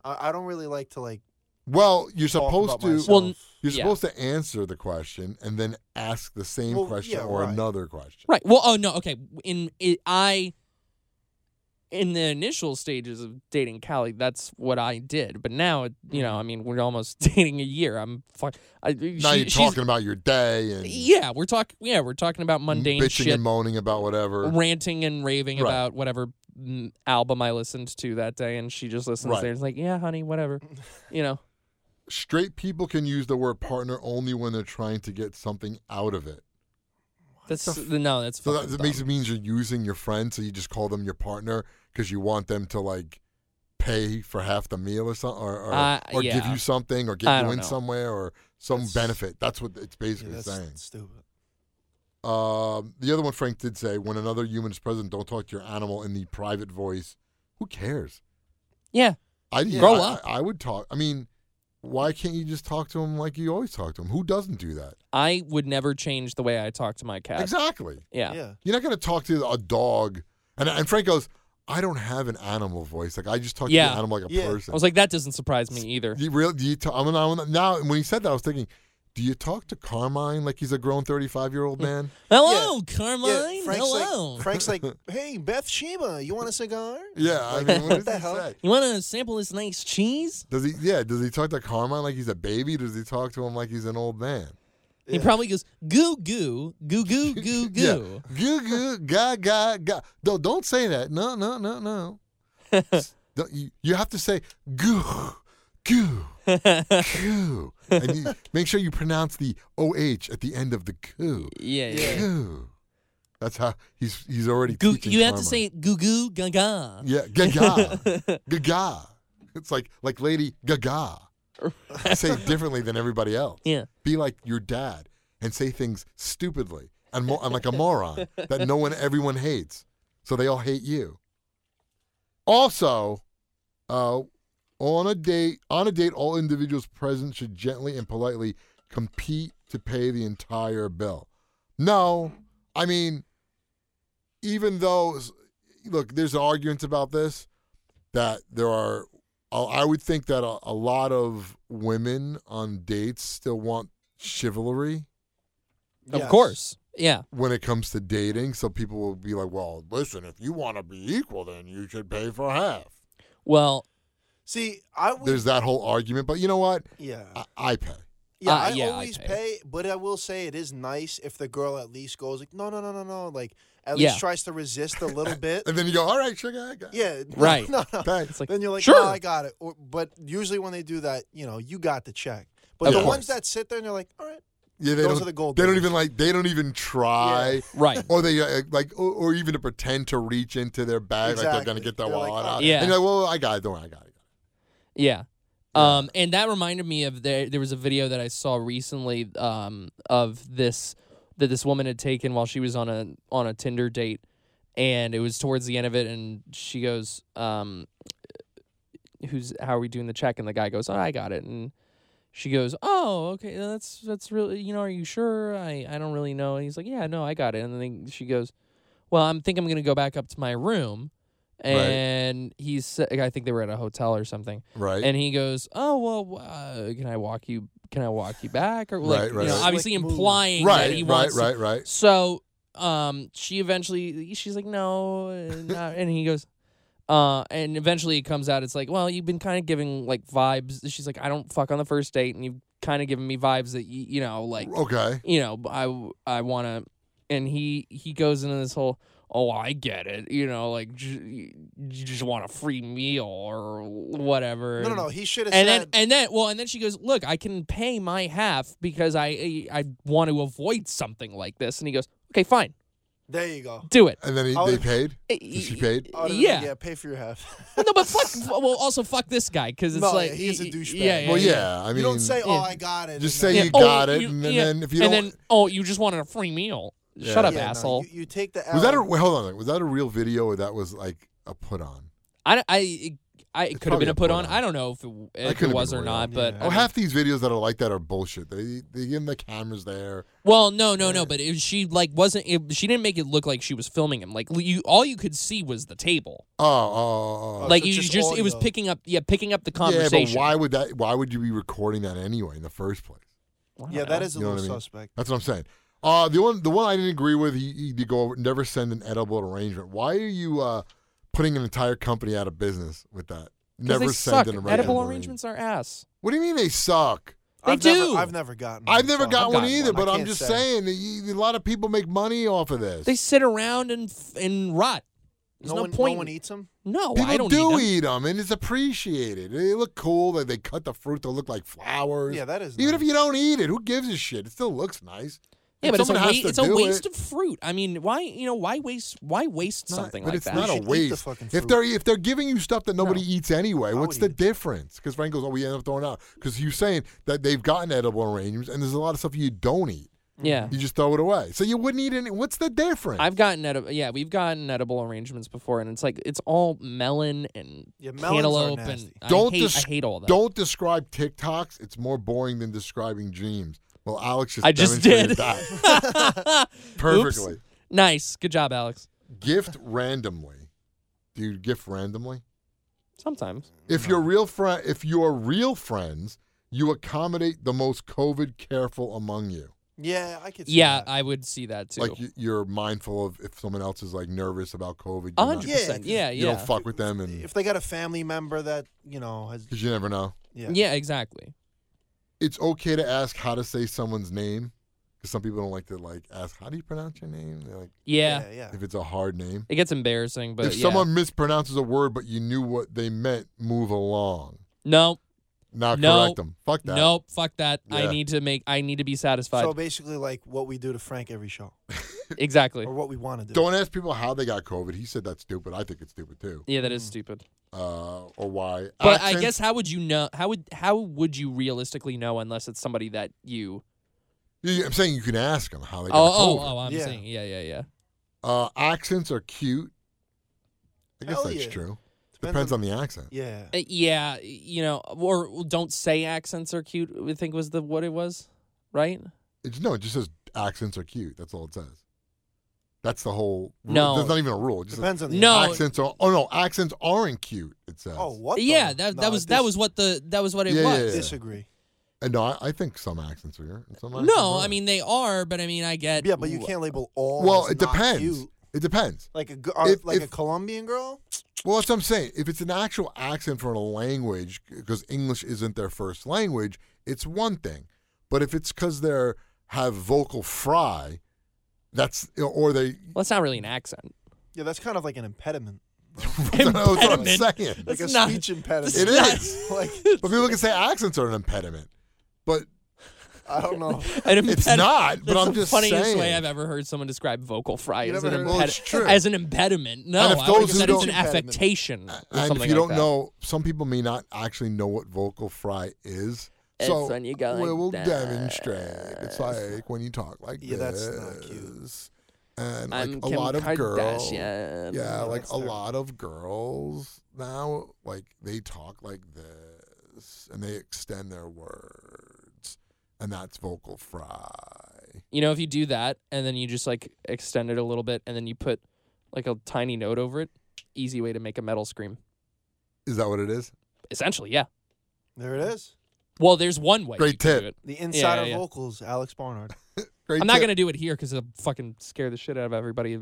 Speaker 3: I, I don't really like to like.
Speaker 1: Well, you're
Speaker 3: talk
Speaker 1: supposed
Speaker 3: about
Speaker 1: to.
Speaker 3: myself.
Speaker 2: Well,
Speaker 1: You're
Speaker 2: Yeah.
Speaker 1: supposed to answer the question and then ask the same
Speaker 3: Well,
Speaker 1: question
Speaker 3: yeah,
Speaker 1: or
Speaker 3: right.
Speaker 1: another question.
Speaker 2: Right. Well, oh no. Okay. In it, I in the initial stages of dating Callie, that's what I did. But now, it, you know, I mean, we're almost dating a year. I'm fuck. I,
Speaker 1: Mm. Now
Speaker 2: she-
Speaker 1: you're
Speaker 2: she's-
Speaker 1: talking about your day and
Speaker 2: Yeah, we're talking. Yeah, we're talking about mundane
Speaker 1: bitching
Speaker 2: shit,
Speaker 1: and moaning about whatever.
Speaker 2: ranting and raving
Speaker 1: Right.
Speaker 2: about whatever mm, album I listened to that day, and she just listens
Speaker 1: Right.
Speaker 2: there. and is like, yeah, honey, whatever. You know.
Speaker 1: Straight people can use the word partner only when they're trying to get something out of it.
Speaker 2: That's no. That's
Speaker 1: So that,
Speaker 2: fucking
Speaker 1: that makes
Speaker 2: dumb.
Speaker 1: it means you're using your friend, so you just call them your partner because you want them to like pay for half the meal or something, or or,
Speaker 2: Uh,
Speaker 1: or give
Speaker 2: yeah.
Speaker 1: you something, or
Speaker 2: I
Speaker 1: get you
Speaker 2: don't
Speaker 1: in
Speaker 2: know.
Speaker 1: somewhere, or some
Speaker 3: That's-
Speaker 1: benefit. That's what it's
Speaker 3: Yeah,
Speaker 1: basically
Speaker 3: that's
Speaker 1: saying.
Speaker 3: stupid.
Speaker 1: Um, the other one Frank did say: when another human is present, don't talk to your animal in the private voice. Who cares?
Speaker 2: yeah.
Speaker 1: I yeah,
Speaker 2: Grow
Speaker 1: I-
Speaker 2: up.
Speaker 1: I, I would talk. I mean, why can't you just talk to him like you always talk to him? Who doesn't do that?
Speaker 2: I would never change the way I talk to my cat.
Speaker 1: Exactly.
Speaker 2: Yeah.
Speaker 3: Yeah.
Speaker 1: You're not going to talk to a dog. And and Frank goes, I don't have an animal voice. Like I just talk to
Speaker 2: Yeah.
Speaker 1: the animal like a
Speaker 3: Yeah.
Speaker 2: I
Speaker 1: person.
Speaker 2: was like, that doesn't surprise me either.
Speaker 1: you really? Do you talk, I'm not, I'm not- now when he said that, I was thinking, do you talk to Carmine like he's a grown 35 year old man?
Speaker 2: Hello,
Speaker 3: Yeah,
Speaker 2: Carmine.
Speaker 3: Frank's
Speaker 2: Hello.
Speaker 3: like, Frank's like, "Hey, Beth Sheba, you want a cigar?"
Speaker 1: yeah. I mean, what,
Speaker 3: what
Speaker 1: does
Speaker 3: the
Speaker 1: he
Speaker 3: hell?
Speaker 1: say?
Speaker 2: you want to sample this nice cheese?
Speaker 1: Does he? Yeah. Does he talk to Carmine like he's a baby? Does he talk to him like he's an old man?
Speaker 2: He
Speaker 3: Yeah.
Speaker 2: probably goes goo goo goo goo goo goo.
Speaker 1: Yeah. Goo goo ga ga ga. No, don't say that. No, no, no, no. Don't- you, you have to say goo goo goo, and you, make sure you pronounce the oh at the end of the goo.
Speaker 2: Yeah, yeah.
Speaker 1: Goo. That's how he's he's already.
Speaker 2: Goo,
Speaker 1: teaching
Speaker 2: you have to
Speaker 1: Carmine.
Speaker 2: say goo goo gaga.
Speaker 1: Yeah, gaga, gaga. It's like like Lady Gaga. say it differently than everybody else.
Speaker 2: Yeah.
Speaker 1: Be like your dad and say things stupidly and, mo- and like a moron that no one, everyone hates. So they all hate you. Also, uh, on a date, on a date, all individuals present should gently and politely compete to pay the entire bill. No, I mean, even though, look, there's arguments about this that there are. I I would think that a, a lot of women on dates still want chivalry
Speaker 2: Of
Speaker 3: Yes.
Speaker 2: course. Yeah.
Speaker 1: when it comes to dating. So people will be like, well, listen, if you want to be equal, then you should pay for half.
Speaker 2: Well,
Speaker 3: See, I would.
Speaker 1: There's that whole argument. But you know what?
Speaker 3: yeah.
Speaker 1: I, I pay.
Speaker 3: Yeah,
Speaker 2: Uh,
Speaker 3: I
Speaker 2: yeah, I
Speaker 3: always
Speaker 2: pay.
Speaker 3: pay. but I will say it is nice if the girl at least goes like, no, no, no, no, no, like at
Speaker 2: Yeah.
Speaker 3: least tries to resist a little bit.
Speaker 1: And then you go, all right, sugar, I got it.
Speaker 3: yeah, no,
Speaker 2: Right.
Speaker 3: No, no.
Speaker 1: Pay.
Speaker 2: it's like
Speaker 3: then you're like,
Speaker 2: sure.
Speaker 3: oh, I got it. Or, but usually when they do that, you know, you got the check. But
Speaker 1: Of
Speaker 3: the
Speaker 1: course.
Speaker 3: ones that sit there and they're like, all right,
Speaker 1: Yeah, they
Speaker 3: Those
Speaker 1: don't,
Speaker 3: are the gold
Speaker 1: They don't
Speaker 3: diggers.
Speaker 1: even like. They don't even try.
Speaker 2: right.
Speaker 1: Or they uh, like, or, or even to pretend to reach into their bag like they're gonna
Speaker 3: Exactly.
Speaker 1: get their
Speaker 3: They're like,
Speaker 1: wallet
Speaker 3: "Oh,
Speaker 1: out.
Speaker 2: Yeah.
Speaker 1: And you're like, well, I got it. Don't worry, I got it.
Speaker 2: Yeah.
Speaker 1: Yeah.
Speaker 2: Um, and that reminded me of there. There was a video that I saw recently um, of this that this woman had taken while she was on a on a Tinder date, and it was towards the end of it, and she goes, um, "Who's how are we doing the check?" And the guy goes, oh, "I got it," and she goes, "Oh, okay, that's that's really you know, are you sure? I I don't really know." And he's like, "Yeah, no, I got it." And then she goes, "Well, I'm think I'm gonna go back up to my room,"
Speaker 1: Right.
Speaker 2: and he's I think they were at a hotel or something.
Speaker 1: Right.
Speaker 2: And he goes, "Oh well, uh, can I walk you? Can I walk you back?" Or like,
Speaker 1: Right, right.
Speaker 2: you know,
Speaker 1: Slick
Speaker 2: obviously
Speaker 3: move.
Speaker 2: implying that he
Speaker 1: right. Right.
Speaker 2: wants. to-
Speaker 1: Right. Right.
Speaker 2: So, um, she eventually she's like, "No," and, uh, and he goes, "Uh," and eventually it comes out. It's like, "Well, you've been kind of giving like vibes." She's like, "I don't fuck on the first date," and you've kind of given me vibes that you, you know, like,
Speaker 1: Okay.
Speaker 2: you know, I I want to, and he he goes into this whole. Oh, I get it. You know, like j- you just want a free meal or whatever.
Speaker 3: no, no,
Speaker 2: and-
Speaker 3: no. He should have
Speaker 2: and
Speaker 3: said.
Speaker 2: then and then well and then she goes look i can pay my half because i i, I want to avoid something like this and he goes okay fine
Speaker 3: there you go.
Speaker 2: do it
Speaker 1: And then he,
Speaker 3: I
Speaker 1: they
Speaker 3: would-
Speaker 1: paid. She paid.
Speaker 3: I would've been
Speaker 2: yeah
Speaker 3: like, yeah. Pay for your half.
Speaker 2: Well, no but fuck well also fuck this guy because it's
Speaker 3: No,
Speaker 2: like
Speaker 3: yeah, he is a
Speaker 2: y- y-
Speaker 3: douchebag.
Speaker 2: yeah, yeah
Speaker 1: Well,
Speaker 2: yeah.
Speaker 1: yeah. I mean,
Speaker 3: you don't say,
Speaker 2: Yeah.
Speaker 3: oh, I got it.
Speaker 1: Just
Speaker 3: and
Speaker 1: say
Speaker 3: then-
Speaker 2: Yeah,
Speaker 1: you
Speaker 2: oh,
Speaker 1: got it, and then-
Speaker 2: yeah,
Speaker 1: then if you
Speaker 2: and
Speaker 1: don't-
Speaker 2: then, oh you just wanted a free meal
Speaker 1: Yeah.
Speaker 2: shut up
Speaker 3: Yeah, no,
Speaker 2: asshole
Speaker 3: you, you take the.
Speaker 1: was that a
Speaker 3: L.
Speaker 1: wait, hold on? a second. Was that a real video or that was like a put on?
Speaker 2: I I I it could
Speaker 1: probably
Speaker 2: have been
Speaker 1: a
Speaker 2: a
Speaker 1: put
Speaker 2: put on.
Speaker 1: on.
Speaker 2: I don't know if it, if
Speaker 1: could've
Speaker 2: it
Speaker 1: been
Speaker 2: was
Speaker 1: a
Speaker 2: or
Speaker 1: put
Speaker 2: not,
Speaker 1: on,
Speaker 2: but
Speaker 3: yeah.
Speaker 2: I
Speaker 1: Oh,
Speaker 2: mean-
Speaker 1: half these videos that are like that are bullshit. They they give them the cameras there.
Speaker 2: Well, no, no, no. But it, she like wasn't. It, she didn't make it look like she was filming him. Like you, all you could see was the table.
Speaker 1: Oh, oh, oh, oh.
Speaker 2: like
Speaker 3: so
Speaker 2: you
Speaker 3: just
Speaker 2: just,
Speaker 3: audio.
Speaker 2: it was picking up. Yeah, picking up the
Speaker 1: yeah,
Speaker 2: conversation.
Speaker 1: but why would that? Why would you be recording that anyway in the first place?
Speaker 2: I don't
Speaker 3: Yeah,
Speaker 2: know.
Speaker 3: that is a
Speaker 1: You know
Speaker 3: little
Speaker 1: what I mean?
Speaker 3: suspect.
Speaker 1: That's what I'm saying. Uh, the one, the one I didn't agree with, he, he did go over, never send an edible arrangement. Why are you uh, putting an entire company out of business with that?
Speaker 2: 'Cause
Speaker 1: Never
Speaker 2: they
Speaker 1: send
Speaker 2: suck.
Speaker 1: an arrangement.
Speaker 2: Edible arrangements are ass.
Speaker 1: What do you mean they suck?
Speaker 2: They
Speaker 3: I've
Speaker 2: do.
Speaker 3: Never, I've never Mm, gotten.
Speaker 1: I've never
Speaker 3: so-
Speaker 1: got
Speaker 2: I've
Speaker 1: one
Speaker 2: gotten
Speaker 1: either,
Speaker 3: one. I
Speaker 1: but I'm
Speaker 3: can't
Speaker 1: just
Speaker 3: say.
Speaker 1: saying, that you- a lot of people make money off of this.
Speaker 2: They sit around and f- and rot. There's
Speaker 3: No,
Speaker 2: no,
Speaker 3: one,
Speaker 2: point.
Speaker 3: no one e-, eats them.
Speaker 2: No,
Speaker 1: People
Speaker 2: oh, I don't
Speaker 1: do
Speaker 2: eat. them.
Speaker 1: eat them, and it's appreciated. They look cool. That they cut the fruit to look like flowers.
Speaker 3: Yeah, that is.
Speaker 1: Even
Speaker 3: nice.
Speaker 1: if you don't eat it, who gives a shit? It still looks nice.
Speaker 2: Yeah,
Speaker 1: And
Speaker 2: but it's a,
Speaker 1: someone
Speaker 2: wa-
Speaker 1: has to
Speaker 2: it's a
Speaker 1: do
Speaker 2: waste
Speaker 1: it.
Speaker 2: of fruit. I mean, why you know why waste why waste
Speaker 1: It's not-
Speaker 2: something
Speaker 1: but
Speaker 2: like
Speaker 1: it's
Speaker 2: that?
Speaker 1: not
Speaker 3: You
Speaker 1: a
Speaker 3: should eat the
Speaker 1: waste.
Speaker 3: fucking
Speaker 1: if
Speaker 3: fruit.
Speaker 1: they're if they're giving you stuff that nobody eats anyway,
Speaker 3: I
Speaker 1: what's
Speaker 3: would
Speaker 1: the
Speaker 3: eat it.
Speaker 1: difference? Because Frank goes, "Oh, we end up throwing out." Because you're saying that they've gotten edible arrangements, and there's a lot of stuff you don't eat.
Speaker 2: yeah,
Speaker 1: You just throw it away. So you wouldn't eat any. What's the difference?
Speaker 2: I've gotten edible. Yeah, we've gotten edible arrangements before, and it's like it's all melon and
Speaker 3: Yeah, melons are
Speaker 2: cantaloupe, and
Speaker 3: nasty.
Speaker 2: I
Speaker 1: Don't
Speaker 2: hate,
Speaker 1: dis-
Speaker 2: I hate all that.
Speaker 1: Don't describe TikToks. It's more boring than describing dreams. Well, Alex just
Speaker 2: I just
Speaker 1: demonstrated
Speaker 2: did.
Speaker 1: that
Speaker 2: Oops.
Speaker 1: perfectly.
Speaker 2: Nice, good job, Alex.
Speaker 1: Gift randomly. Do you gift randomly?
Speaker 2: Sometimes
Speaker 1: If you're real friend, if you're real friends, you accommodate the most COVID careful among you.
Speaker 3: Yeah, I could. See
Speaker 2: Yeah,
Speaker 3: that.
Speaker 2: I would see that too.
Speaker 1: Like you, you're mindful of if someone else is like nervous about COVID. you're
Speaker 2: A
Speaker 1: not-
Speaker 2: hundred percent.
Speaker 3: Yeah,
Speaker 2: Yeah,
Speaker 1: You
Speaker 2: yeah.
Speaker 1: don't fuck with them, and
Speaker 3: if they got a family member that you know has
Speaker 1: because you never know.
Speaker 3: yeah,
Speaker 2: Yeah, exactly.
Speaker 1: It's okay to ask how to say someone's name because some people don't like to like ask how do you pronounce your name. They're like
Speaker 2: Yeah,
Speaker 3: yeah, yeah.
Speaker 1: if it's a hard name.
Speaker 2: it gets embarrassing, but
Speaker 1: if
Speaker 2: yeah.
Speaker 1: someone mispronounces a word but you knew what they meant, move along.
Speaker 2: no,
Speaker 1: Not
Speaker 2: No.
Speaker 1: correct them. Fuck that.
Speaker 2: nope, fuck that.
Speaker 1: Yeah.
Speaker 2: I need to make. I need to be satisfied.
Speaker 3: So basically, like what we do to Frank every show,
Speaker 2: exactly.
Speaker 3: or what we want to do.
Speaker 1: Don't ask people how they got COVID. He said that's stupid. I think it's stupid too.
Speaker 2: Yeah,
Speaker 3: mm.
Speaker 2: that is stupid.
Speaker 1: Uh, or why?
Speaker 2: But I
Speaker 1: Accents?
Speaker 2: guess how would you know? How would how would you realistically know unless it's somebody that you
Speaker 1: You- I'm saying you can ask them how they got
Speaker 2: Oh,
Speaker 1: COVID.
Speaker 2: oh, oh, I'm
Speaker 3: Yeah.
Speaker 2: saying, yeah, yeah, yeah.
Speaker 1: Uh, accents are cute. I guess
Speaker 3: Hell
Speaker 1: that's
Speaker 3: yeah.
Speaker 1: true. Depends on the accent.
Speaker 3: Yeah.
Speaker 2: Uh, yeah, you know, or don't say accents are cute. I think was the what it was, right?
Speaker 1: It's, no, it just says accents are cute. That's all it says. That's the whole. rule.
Speaker 2: No.
Speaker 1: there's not even a rule. It just says
Speaker 3: Depends on the
Speaker 2: No.
Speaker 1: accents are. Oh no, accents aren't cute. It says.
Speaker 3: Oh, what? the-
Speaker 2: yeah, that,
Speaker 3: No,
Speaker 2: that
Speaker 3: I
Speaker 2: was that
Speaker 3: dis-
Speaker 2: was what the that was what it
Speaker 1: Yeah, yeah,
Speaker 2: was.
Speaker 1: yeah.
Speaker 3: Disagree.
Speaker 1: And Uh, no, I, I think some accents are here. and some accents
Speaker 2: No,
Speaker 1: aren't.
Speaker 2: I mean they are, but I mean I get
Speaker 3: Yeah, but you can't label all.
Speaker 1: well,
Speaker 3: as
Speaker 1: it
Speaker 3: not
Speaker 1: depends.
Speaker 3: cute.
Speaker 1: It depends.
Speaker 3: Like a g- are-
Speaker 1: If-
Speaker 3: like a
Speaker 1: if-
Speaker 3: Colombian girl.
Speaker 1: Well, that's what I'm saying. If it's an actual accent for a language, because English isn't their first language, it's one thing. But if it's because they're have vocal fry, that's or they.
Speaker 2: Well, it's not really an accent.
Speaker 3: Yeah, that's kind of like an impediment.
Speaker 1: that's what I'm
Speaker 2: Impediment.
Speaker 1: saying.
Speaker 2: That's
Speaker 3: like a
Speaker 2: not-
Speaker 3: speech impediment.
Speaker 1: It
Speaker 2: not-
Speaker 1: is.
Speaker 3: like
Speaker 1: But people can say accents are an impediment, but
Speaker 3: I don't know.
Speaker 2: An
Speaker 1: It's
Speaker 2: impedi-
Speaker 1: not, but
Speaker 2: That's
Speaker 1: I'm
Speaker 2: the
Speaker 1: just
Speaker 2: funniest
Speaker 1: saying.
Speaker 2: way I've ever heard someone describe vocal fry
Speaker 3: You
Speaker 2: as an,
Speaker 3: never heard-
Speaker 1: Well, it's
Speaker 2: imped-
Speaker 1: true.
Speaker 2: as an impediment. No,
Speaker 1: And if
Speaker 2: I would
Speaker 1: those
Speaker 2: have said
Speaker 1: who
Speaker 2: it's an
Speaker 1: don't-
Speaker 2: affectation. Or
Speaker 1: and
Speaker 2: something
Speaker 1: if
Speaker 2: like
Speaker 1: you don't
Speaker 2: that.
Speaker 1: know, some people may not actually know what vocal fry is.
Speaker 2: It's
Speaker 1: so
Speaker 2: when you go
Speaker 1: we
Speaker 2: like
Speaker 1: will
Speaker 2: this.
Speaker 1: demonstrate. It's like when you talk like
Speaker 3: Yeah,
Speaker 1: this.
Speaker 3: that's not cute.
Speaker 1: And like
Speaker 2: I'm
Speaker 1: a
Speaker 2: Kim
Speaker 1: lot of girls.
Speaker 2: Kardashian.
Speaker 1: Yeah, like
Speaker 3: that's
Speaker 1: a
Speaker 3: terrible.
Speaker 1: lot of girls now, like they talk like this and they extend their words, and that's vocal fry.
Speaker 2: You know, if you do that and then you just like extend it a little bit and then you put like a tiny note over it, easy way to make a metal scream.
Speaker 1: Is that what it is?
Speaker 2: Essentially, yeah.
Speaker 3: There it is.
Speaker 2: Well, there's one way.
Speaker 1: Great
Speaker 2: you can do
Speaker 1: tip.
Speaker 2: it.
Speaker 3: The insider
Speaker 2: yeah, yeah.
Speaker 3: vocals, Alex Barnard.
Speaker 1: Great
Speaker 2: I'm not
Speaker 1: tip.
Speaker 2: gonna do it here because it'll fucking scare the shit out of everybody.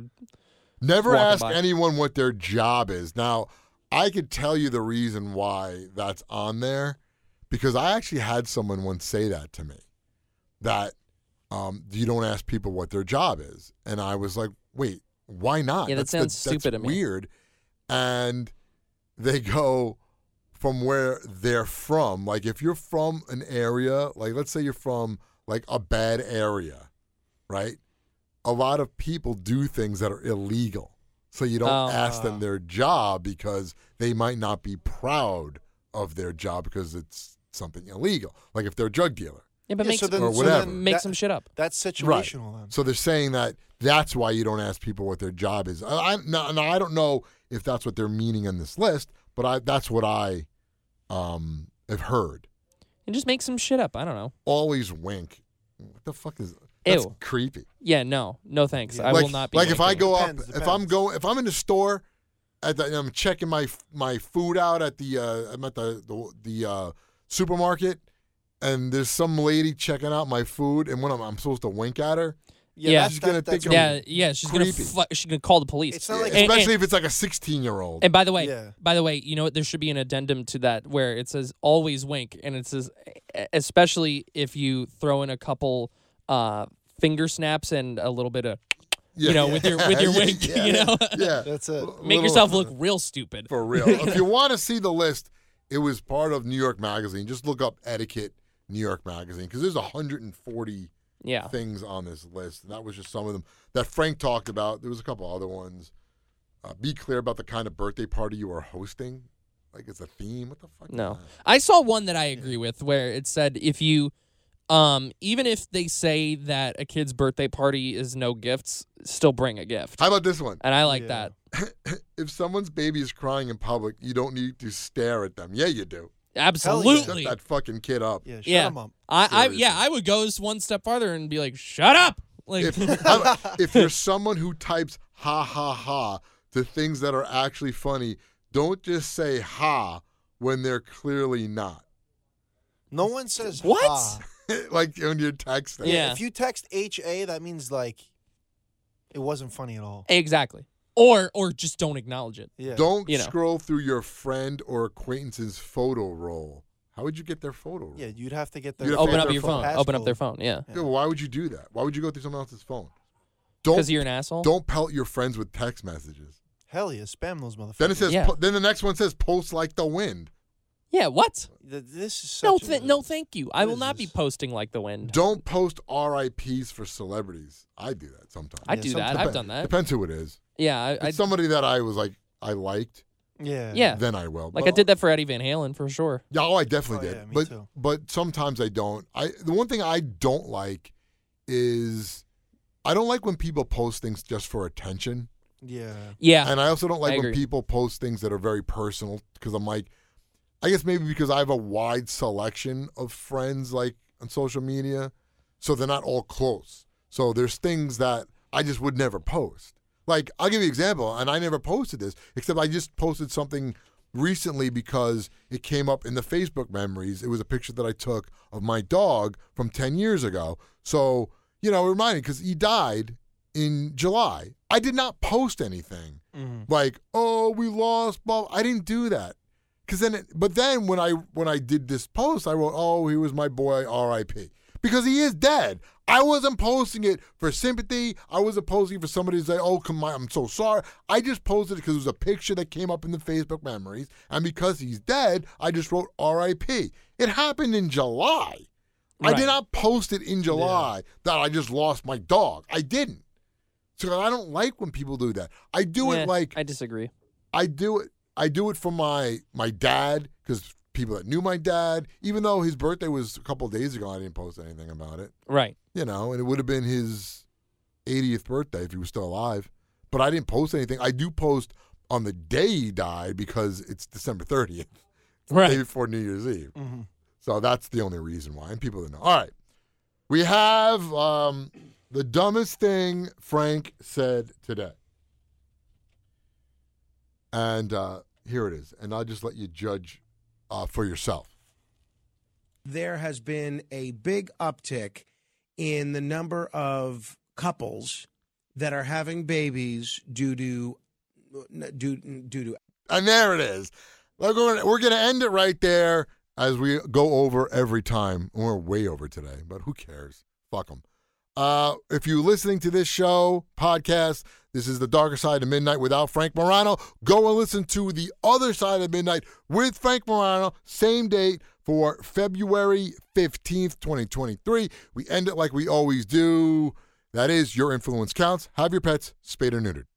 Speaker 1: Never
Speaker 2: walking
Speaker 1: ask
Speaker 2: by.
Speaker 1: anyone what their job is. Now, I could tell you the reason why that's on there because I actually had someone once say that to me that um, you don't ask people what their job is. And I was like, wait, why not?
Speaker 2: Yeah, that
Speaker 1: the-
Speaker 2: sounds stupid to
Speaker 1: That's
Speaker 2: me.
Speaker 1: weird. And they go from where they're from. Like, if you're from an area, like, let's say you're from like a bad area, right? a lot of people do things that are illegal. So you don't
Speaker 2: Oh.
Speaker 1: ask them their job because they might not be proud of their job because it's something illegal. Like if they're a drug dealer.
Speaker 2: Yeah, but
Speaker 3: Yeah,
Speaker 2: make
Speaker 3: so
Speaker 2: some-
Speaker 3: then,
Speaker 1: or
Speaker 3: so
Speaker 1: whatever.
Speaker 3: then
Speaker 2: make
Speaker 3: that-
Speaker 2: some shit up.
Speaker 3: That's situational. Then.
Speaker 1: So they're saying that that's why you don't ask people what their job is. I, I, now, now, I don't know if that's what they're meaning on this list, but I, that's what I um, have heard.
Speaker 2: and just make some shit up. I don't know.
Speaker 1: Always wink. What the fuck is that's
Speaker 2: Ew.
Speaker 1: creepy.
Speaker 2: Yeah, no, no thanks.
Speaker 3: Yeah.
Speaker 2: I
Speaker 1: like,
Speaker 2: will not be.
Speaker 1: like if I
Speaker 2: winking.
Speaker 1: go
Speaker 3: Depends,
Speaker 1: up, if I'm
Speaker 3: depends.
Speaker 1: going, if I'm in the store, at the, I'm checking my my food out at the uh, I'm at the the, the uh, supermarket, and there's some lady checking out my food, and when I'm, I'm supposed to wink at her,
Speaker 2: Yeah.
Speaker 3: that's-
Speaker 1: She's gonna
Speaker 3: that's-
Speaker 1: think I'm-
Speaker 3: that's-
Speaker 2: yeah, yeah, she's
Speaker 1: creepy.
Speaker 2: gonna fu- she's gonna call the police.
Speaker 3: It's not like
Speaker 2: And-
Speaker 1: especially if it's like a 16 year old.
Speaker 2: And by the way,
Speaker 3: Yeah.
Speaker 2: by the way, you know what? There should be an addendum to that where it says always wink, and it says e- especially if you throw in a couple uh, finger snaps and a little bit of you know with your with your wink, you know,
Speaker 1: yeah,
Speaker 3: That's it.
Speaker 1: A
Speaker 2: make
Speaker 1: little-
Speaker 2: yourself look real stupid.
Speaker 1: for real. if you want to see the list, it was part of New York Magazine. Just look up etiquette New York Magazine because there's 140
Speaker 2: yeah,
Speaker 1: things on this list. And that was just some of them that Frank talked about. There was a couple other ones. Uh, be clear about the kind of birthday party you are hosting. Like it's a theme. What the fuck? is
Speaker 2: no,
Speaker 1: that?
Speaker 2: Uh, I saw one that I agree with where it said if you. Um, even if they say that a kid's birthday party is no gifts, still bring a gift.
Speaker 1: How about this one?
Speaker 2: And I like
Speaker 3: Yeah.
Speaker 2: that.
Speaker 1: If someone's baby is crying in public, you don't need to stare at them. Yeah, you do. Shut
Speaker 2: Absolutely.
Speaker 1: that fucking kid up.
Speaker 3: Yeah, shut
Speaker 2: Yeah.
Speaker 3: 'em up.
Speaker 2: I, I
Speaker 1: Seriously.
Speaker 2: yeah, I would go s- one step farther and be like, "Shut up!" Like,
Speaker 1: If, how about- if you're someone who types ha ha ha to things that are actually funny, don't just say ha when they're clearly not.
Speaker 3: No one says
Speaker 2: What?
Speaker 3: "Ah."
Speaker 1: like when you're texting.
Speaker 2: Yeah.
Speaker 3: If you text H A, that means like it wasn't funny at all.
Speaker 2: exactly. Or or just don't acknowledge it.
Speaker 3: Yeah.
Speaker 1: Don't
Speaker 2: You know.
Speaker 1: scroll through your friend or acquaintance's photo roll. How would you get their photo roll?
Speaker 3: Yeah, you'd have to get
Speaker 1: You'd
Speaker 3: their
Speaker 1: have to
Speaker 2: Open
Speaker 1: get
Speaker 2: up
Speaker 1: their
Speaker 2: your phone.
Speaker 1: phone.
Speaker 2: Open up their
Speaker 3: Passcode.
Speaker 2: phone. Yeah,
Speaker 1: Yeah, why would you do that? Why would you go through someone else's phone?
Speaker 2: because
Speaker 1: Don't
Speaker 2: you're an asshole.
Speaker 1: don't pelt your friends with text messages.
Speaker 3: Hell yeah, spam those motherfuckers.
Speaker 1: Then it says.
Speaker 2: Yeah.
Speaker 1: po- then the next one says post like the wind.
Speaker 2: Yeah, what?
Speaker 3: Th- This is
Speaker 2: No,
Speaker 3: such
Speaker 2: th-
Speaker 3: a,
Speaker 2: no, thank you. I
Speaker 3: What
Speaker 2: will
Speaker 3: is
Speaker 2: not be
Speaker 3: this?
Speaker 2: posting like the wind.
Speaker 1: Don't post RIPS for celebrities. I do that sometimes.
Speaker 2: I
Speaker 3: Yeah,
Speaker 2: do that.
Speaker 3: sometimes-
Speaker 2: I've done that.
Speaker 1: Depends who it is.
Speaker 2: Yeah,
Speaker 1: If
Speaker 2: I, I
Speaker 1: it's somebody that I was like I liked,
Speaker 3: Yeah.
Speaker 2: Yeah.
Speaker 1: then I will.
Speaker 2: like
Speaker 1: But-
Speaker 2: I did that for Eddie Van Halen for sure.
Speaker 1: Yeah, oh, I definitely
Speaker 3: Oh,
Speaker 1: did.
Speaker 3: yeah, me
Speaker 1: but
Speaker 3: too.
Speaker 1: but sometimes I don't. I the one thing I don't like is I don't like when people post things just for attention,
Speaker 3: Yeah.
Speaker 2: Yeah.
Speaker 1: and I also don't like
Speaker 2: I
Speaker 1: when
Speaker 2: agree.
Speaker 1: people post things that are very personal because I'm like, I guess maybe because I have a wide selection of friends like on social media, so they're not all close. So there's things that I just would never post. Like I'll give you an example, and I never posted this except I just posted something recently because it came up in the Facebook memories. It was a picture that I took of my dog from ten years ago. So you know, it reminded because he died in July. I did not post anything like oh we lost blah. I didn't do that because then, it, but then when I when I did this post, I wrote, "Oh, he was my boy, R.I.P." Because he is dead. I wasn't posting it for sympathy. I wasn't posting it for somebody to say, "Oh, come on, I'm so sorry." I just posted it because it was a picture that came up in the Facebook memories, and because he's dead, I just wrote R.I.P. It happened in July. I
Speaker 2: Right.
Speaker 1: did not post it in July that I just lost my dog. I didn't. So I don't like when people do that. I do
Speaker 2: Yeah,
Speaker 1: it like
Speaker 2: I disagree.
Speaker 1: I do it. I do it for my my dad because people that knew my dad, even though his birthday was a couple of days ago, I didn't post anything about it.
Speaker 2: Right.
Speaker 1: You know, and it would have been his 80th birthday if he was still alive. But I didn't post anything. I do post on the day he died because it's December 30th,
Speaker 2: Right.
Speaker 1: day before New Year's Eve.
Speaker 3: Mhm.
Speaker 1: So that's the only reason why. And people that know. All right, we have um, the dumbest thing Frank said today. And uh, here it is. And I'll just let you judge uh, for yourself.
Speaker 4: there has been a big uptick in the number of couples that are having babies due to due, due to
Speaker 1: And there it is. We're going, we're going to end it right there as we go over every time. We're way over today, but who cares? Fuck them. Uh, if you're listening to this show, podcast, this is The Darker Side of Midnight without Frank Morano. Go and listen to The Other Side of Midnight with Frank Morano, same date for February 15th, 2023. We end it like we always do. That is, your influence counts. Have your pets spayed or neutered.